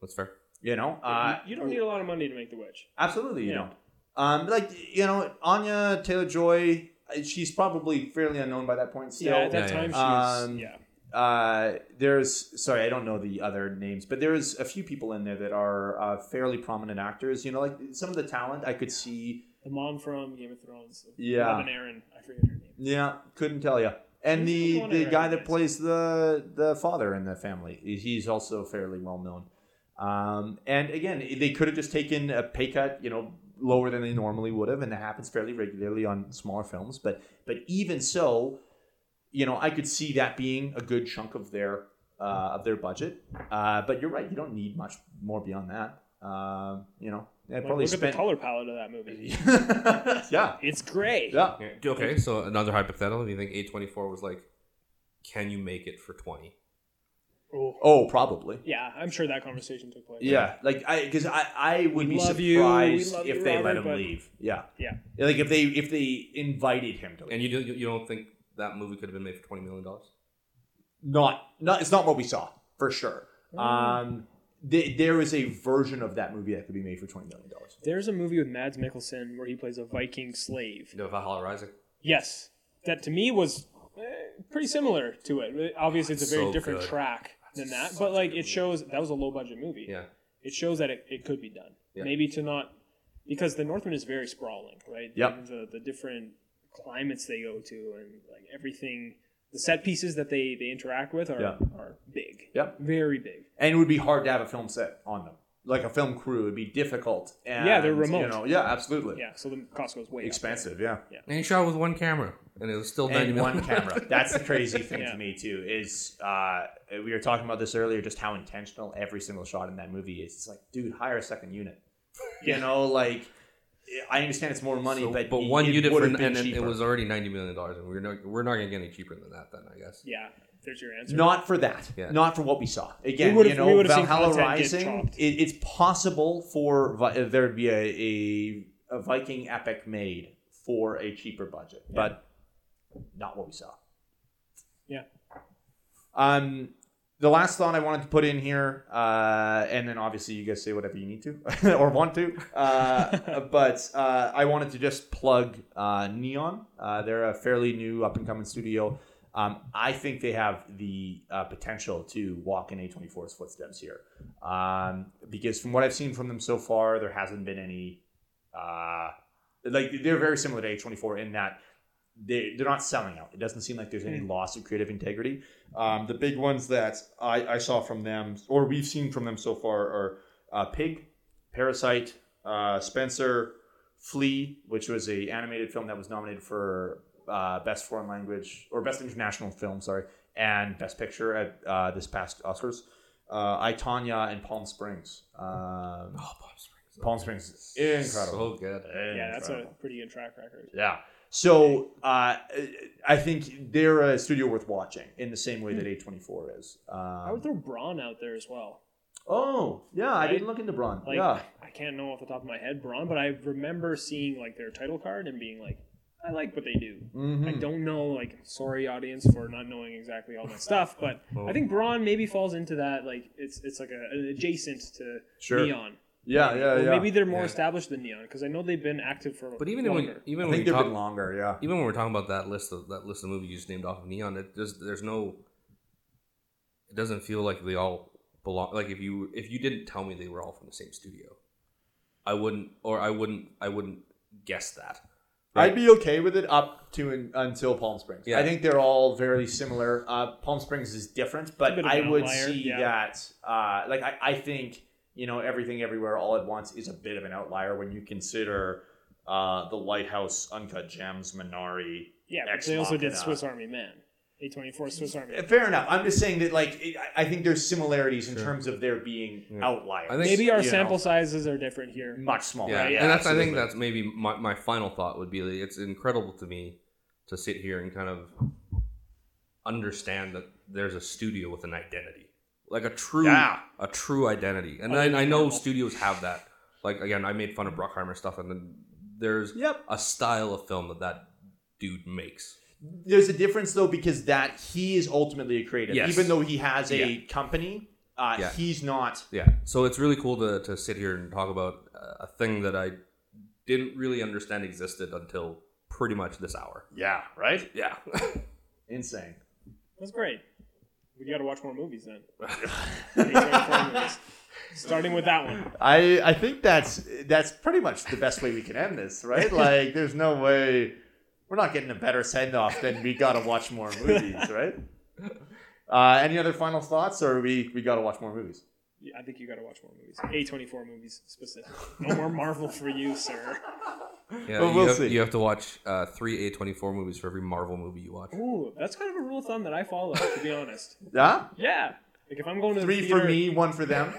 Speaker 2: That's fair.
Speaker 1: You know, uh,
Speaker 3: You- you don't need a lot of money to make the witch.
Speaker 1: Absolutely, you
Speaker 3: Yeah.
Speaker 1: don't. Um, like you know, Anya Taylor Joy, she's probably fairly unknown by that point. Still,
Speaker 3: yeah, at that
Speaker 2: Yeah, yeah.
Speaker 3: time she was
Speaker 1: Um,
Speaker 3: yeah.
Speaker 1: uh, there's sorry, I don't know the other names, but there's a few people in there that are uh, fairly prominent actors. You know, like some of the talent I could see.
Speaker 3: The mom from Game of Thrones.
Speaker 1: Yeah.
Speaker 3: Robin Aaron. I forget her name.
Speaker 1: Yeah, couldn't tell you. And
Speaker 3: Who's the
Speaker 1: the
Speaker 3: one I
Speaker 1: the guy that
Speaker 3: recognize?
Speaker 1: plays the the father in the family, he's also fairly well known. Um, and again, they could have just taken a pay cut, you know, lower than they normally would have, and that happens fairly regularly on smaller films. But but even so, you know, I could see that being a good chunk of their uh, of their budget. Uh, but you're right, you don't need much more beyond that. Um, you know, they
Speaker 3: Like,
Speaker 1: probably
Speaker 3: look at
Speaker 1: spent.
Speaker 3: the color palette of that movie.
Speaker 1: yeah,
Speaker 3: It's gray.
Speaker 1: yeah.
Speaker 2: Okay, so another hypothetical. You think A24 was like, can you make it for 20?
Speaker 3: Oh.
Speaker 1: Oh, probably.
Speaker 3: Yeah, I'm sure that conversation took place.
Speaker 1: Yeah, like I because I I would
Speaker 3: We
Speaker 1: be
Speaker 3: love you, we
Speaker 1: surprised
Speaker 3: love
Speaker 1: if
Speaker 3: you,
Speaker 1: they let
Speaker 3: Robert,
Speaker 1: him
Speaker 3: but-
Speaker 1: leave. Yeah,
Speaker 3: Yeah.
Speaker 1: like if they if they invited him to leave.
Speaker 2: And you, do, you don't think that movie could have been made for $20 million?
Speaker 1: Not not it's not what we saw for sure.
Speaker 3: Mm.
Speaker 1: Um, th- there is a version of that movie that could be made for twenty million dollars.
Speaker 3: There's a movie with Mads Mikkelsen where he plays a Viking slave.
Speaker 2: You know, Valhalla Rising?
Speaker 3: Yes, that to me was eh, pretty similar to it. Obviously, it's a very
Speaker 2: So
Speaker 3: different
Speaker 2: good.
Speaker 3: track than
Speaker 2: That's
Speaker 3: that,
Speaker 2: such
Speaker 3: but
Speaker 2: a
Speaker 3: like
Speaker 2: good
Speaker 3: it shows that was a low budget movie.
Speaker 2: Yeah.
Speaker 3: It shows that it, it could be done.
Speaker 2: Yeah.
Speaker 3: Maybe to not because the Northman is very sprawling, right?
Speaker 1: Yep.
Speaker 3: The the different climates they go to and like everything, the set pieces that they they interact with are
Speaker 1: Yeah.
Speaker 3: are big.
Speaker 1: Yep.
Speaker 3: Very big.
Speaker 1: And it would be hard to have a film set on them, like a film crew. It'd be difficult. And,
Speaker 3: Yeah, they're remote.
Speaker 1: You know, yeah, absolutely.
Speaker 3: Yeah. So the cost goes way up there.
Speaker 1: Expensive, yeah.
Speaker 2: And he shot with one camera, and it was still $90
Speaker 1: and
Speaker 2: million.
Speaker 1: one camera. That's the crazy thing
Speaker 3: Yeah.
Speaker 1: to me too. Is uh, we were talking about this earlier, just how intentional every single shot in that movie is. It's like, dude, hire a second unit. You know, like I understand it's more money,
Speaker 2: So-
Speaker 1: but it-
Speaker 2: one
Speaker 1: it
Speaker 2: unit for,
Speaker 1: would've
Speaker 2: and,
Speaker 1: been
Speaker 2: and it
Speaker 1: cheaper.
Speaker 2: was already ninety million dollars, and we're not we're not gonna get any cheaper than that. Then I guess.
Speaker 3: Yeah. There's your answer.
Speaker 1: not for that,
Speaker 2: Yeah.
Speaker 1: not for what we saw. Again,
Speaker 3: would've-
Speaker 1: you
Speaker 3: we
Speaker 1: know,
Speaker 3: would've seen
Speaker 1: Valhalla
Speaker 3: content get
Speaker 1: Rising.
Speaker 3: chopped.
Speaker 1: It, it's possible for Vi- there'd be a, a, a Viking epic made for a cheaper budget, but not what we saw.
Speaker 3: Yeah.
Speaker 1: Um, the last thought I wanted to put in here, uh, and then obviously you guys say whatever you need to or want to, uh, but uh, I wanted to just plug uh, Neon. Uh, they're a fairly new up and coming studio. Um, I think they have the uh, potential to walk in A24's footsteps here, um, because from what I've seen from them so far, there hasn't been any. Uh, like they're very similar to A24 in that they they're not selling out. It doesn't seem like there's any
Speaker 3: Hmm.
Speaker 1: loss of creative integrity. Um, the big ones that I, I saw from them, or we've seen from them so far, are uh, Pig, Parasite, uh, Spencer, Flea, which was a animated film that was nominated for uh, best foreign language or best international film, sorry, and best picture at uh, this past Oscars. Uh, I Tanya and Palm Springs. Um,
Speaker 2: Oh, Palm Springs.
Speaker 1: Palm Springs is incredible.
Speaker 2: So good.
Speaker 3: Yeah, that's a
Speaker 1: Incredible.
Speaker 3: pretty good track record.
Speaker 1: Yeah. So uh, I think they're a studio worth watching in the same way that A24 is. Um,
Speaker 3: Hmm. I would throw Braun out there as well.
Speaker 1: oh, yeah. I
Speaker 3: Right?
Speaker 1: didn't look into Braun.
Speaker 3: Like
Speaker 1: yeah.
Speaker 3: I can't know off the top of my head Braun, but I remember seeing like their title card and being like, I like what they do.
Speaker 1: Mhm.
Speaker 3: I don't know, like, sorry audience for not knowing exactly all that stuff, but
Speaker 2: Oh.
Speaker 3: I think Braun maybe falls into that. Like, it's it's like a, an adjacent to
Speaker 1: Sure.
Speaker 3: Neon,
Speaker 1: Yeah, yeah,
Speaker 3: Or
Speaker 1: yeah.
Speaker 3: maybe they're more
Speaker 2: Yeah.
Speaker 3: established than Neon because I know they've been active for.
Speaker 2: But even
Speaker 3: longer.
Speaker 2: when even
Speaker 1: I
Speaker 2: when
Speaker 1: think
Speaker 2: we
Speaker 1: they've
Speaker 2: talk,
Speaker 1: been longer. Yeah.
Speaker 2: even when we're talking about that list of that list of movies you just named off of Neon, it just there's no. It doesn't feel like they all belong. Like if you if you didn't tell me they were all from the same studio, I wouldn't or I wouldn't I wouldn't guess that.
Speaker 1: I'd be okay with it up to and until Palm Springs.
Speaker 2: Yeah.
Speaker 1: I think they're all very similar. Uh, Palm Springs is different,
Speaker 3: a
Speaker 1: but
Speaker 3: bit of
Speaker 1: I
Speaker 3: an
Speaker 1: would
Speaker 3: outlier,
Speaker 1: see
Speaker 3: yeah.
Speaker 1: that. Uh, like I, I think you know everything everywhere all at once is a bit of an outlier when you consider uh, the Lighthouse, Uncut Gems, Minari.
Speaker 3: yeah, but
Speaker 1: Ex
Speaker 3: they also did
Speaker 1: Machina.
Speaker 3: Swiss Army Man, A twenty four Swiss Army. Man.
Speaker 1: Fair enough. I'm just saying that like it, I- I think there's similarities in
Speaker 2: Sure.
Speaker 1: terms of there being
Speaker 2: Yeah.
Speaker 1: outliers.
Speaker 2: I think-
Speaker 3: Maybe our
Speaker 1: you know,
Speaker 3: sample sizes are different here.
Speaker 1: much smaller.
Speaker 2: Yeah,
Speaker 1: Yeah,
Speaker 2: and that's I
Speaker 1: absolutely.
Speaker 2: think that's maybe my, my final thought would be that it's incredible to me to sit here and kind of understand that there's a studio with an identity, like a true
Speaker 1: Yeah. Oh,
Speaker 2: a true identity, and I, I know studios have that. Like again, I made fun of Bruckheimer stuff, and then there's
Speaker 1: Yep.
Speaker 2: a style of film that that dude makes.
Speaker 1: There's a difference though because that he is ultimately a creative,
Speaker 2: Yes.
Speaker 1: even though he has a
Speaker 2: Yeah.
Speaker 1: company. Uh,
Speaker 2: Yeah.
Speaker 1: He's not.
Speaker 2: Yeah, so it's really cool to to sit here and talk about uh, a thing that I didn't really understand existed until pretty much this hour.
Speaker 1: Yeah. Right.
Speaker 2: Yeah.
Speaker 1: Insane.
Speaker 3: That's great. We got to watch more movies then. A24 movies. Starting with that one.
Speaker 1: I I think that's that's pretty much the best way we can end this, right? Like, there's no way we're not getting a better send off than we gotta watch more movies, right? Uh, any other final thoughts, or we we gotta watch more movies?
Speaker 3: Yeah, I think you got to watch more movies. A24 movies specifically. No more Marvel for you, sir.
Speaker 2: Yeah,
Speaker 1: But
Speaker 2: you,
Speaker 1: we'll
Speaker 2: have,
Speaker 1: see.
Speaker 2: you have to watch uh, three A24 movies for every Marvel movie you watch.
Speaker 3: Ooh, that's kind of a rule of thumb that I follow, to be honest.
Speaker 1: Yeah,
Speaker 3: Yeah. Like if I'm going to the
Speaker 1: three for
Speaker 3: theater-
Speaker 1: me, one for them.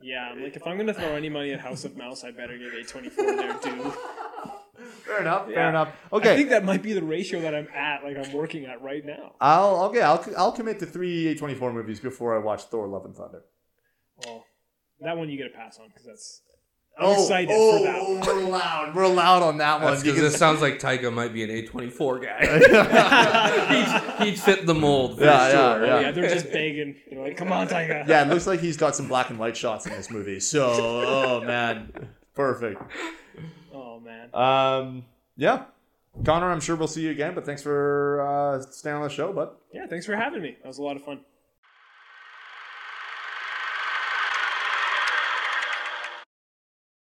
Speaker 3: Yeah, I'm like if I'm gonna throw any money at House of Mouse, I better give A24 their due.
Speaker 1: Fair enough. Fair
Speaker 3: Yeah.
Speaker 1: enough.
Speaker 3: I
Speaker 1: Okay.
Speaker 3: think that might be the ratio that I'm at, like I'm working at right now.
Speaker 1: I'll okay. I'll I'll commit to three A24 movies before I watch Thor: Love and Thunder.
Speaker 3: Well, that one you get a pass on because that's I'm excited for that. One.
Speaker 1: Oh, we're loud. We're loud on that
Speaker 2: That's
Speaker 1: one.
Speaker 2: because it sounds like Tyga might be an A24 guy. he'd, he'd fit the mold for
Speaker 1: Yeah, yeah,
Speaker 2: sure.
Speaker 3: Oh, yeah, they're just begging. They're like, "Come on, Tiger."
Speaker 1: yeah, it looks like he's got some black and white shots in this movie. So, oh man, perfect.
Speaker 3: Oh man.
Speaker 1: Um, yeah, Connor, I'm sure we'll see you again. But thanks for uh, staying on the show, bud.
Speaker 3: Yeah, thanks for having me. That was a lot of fun.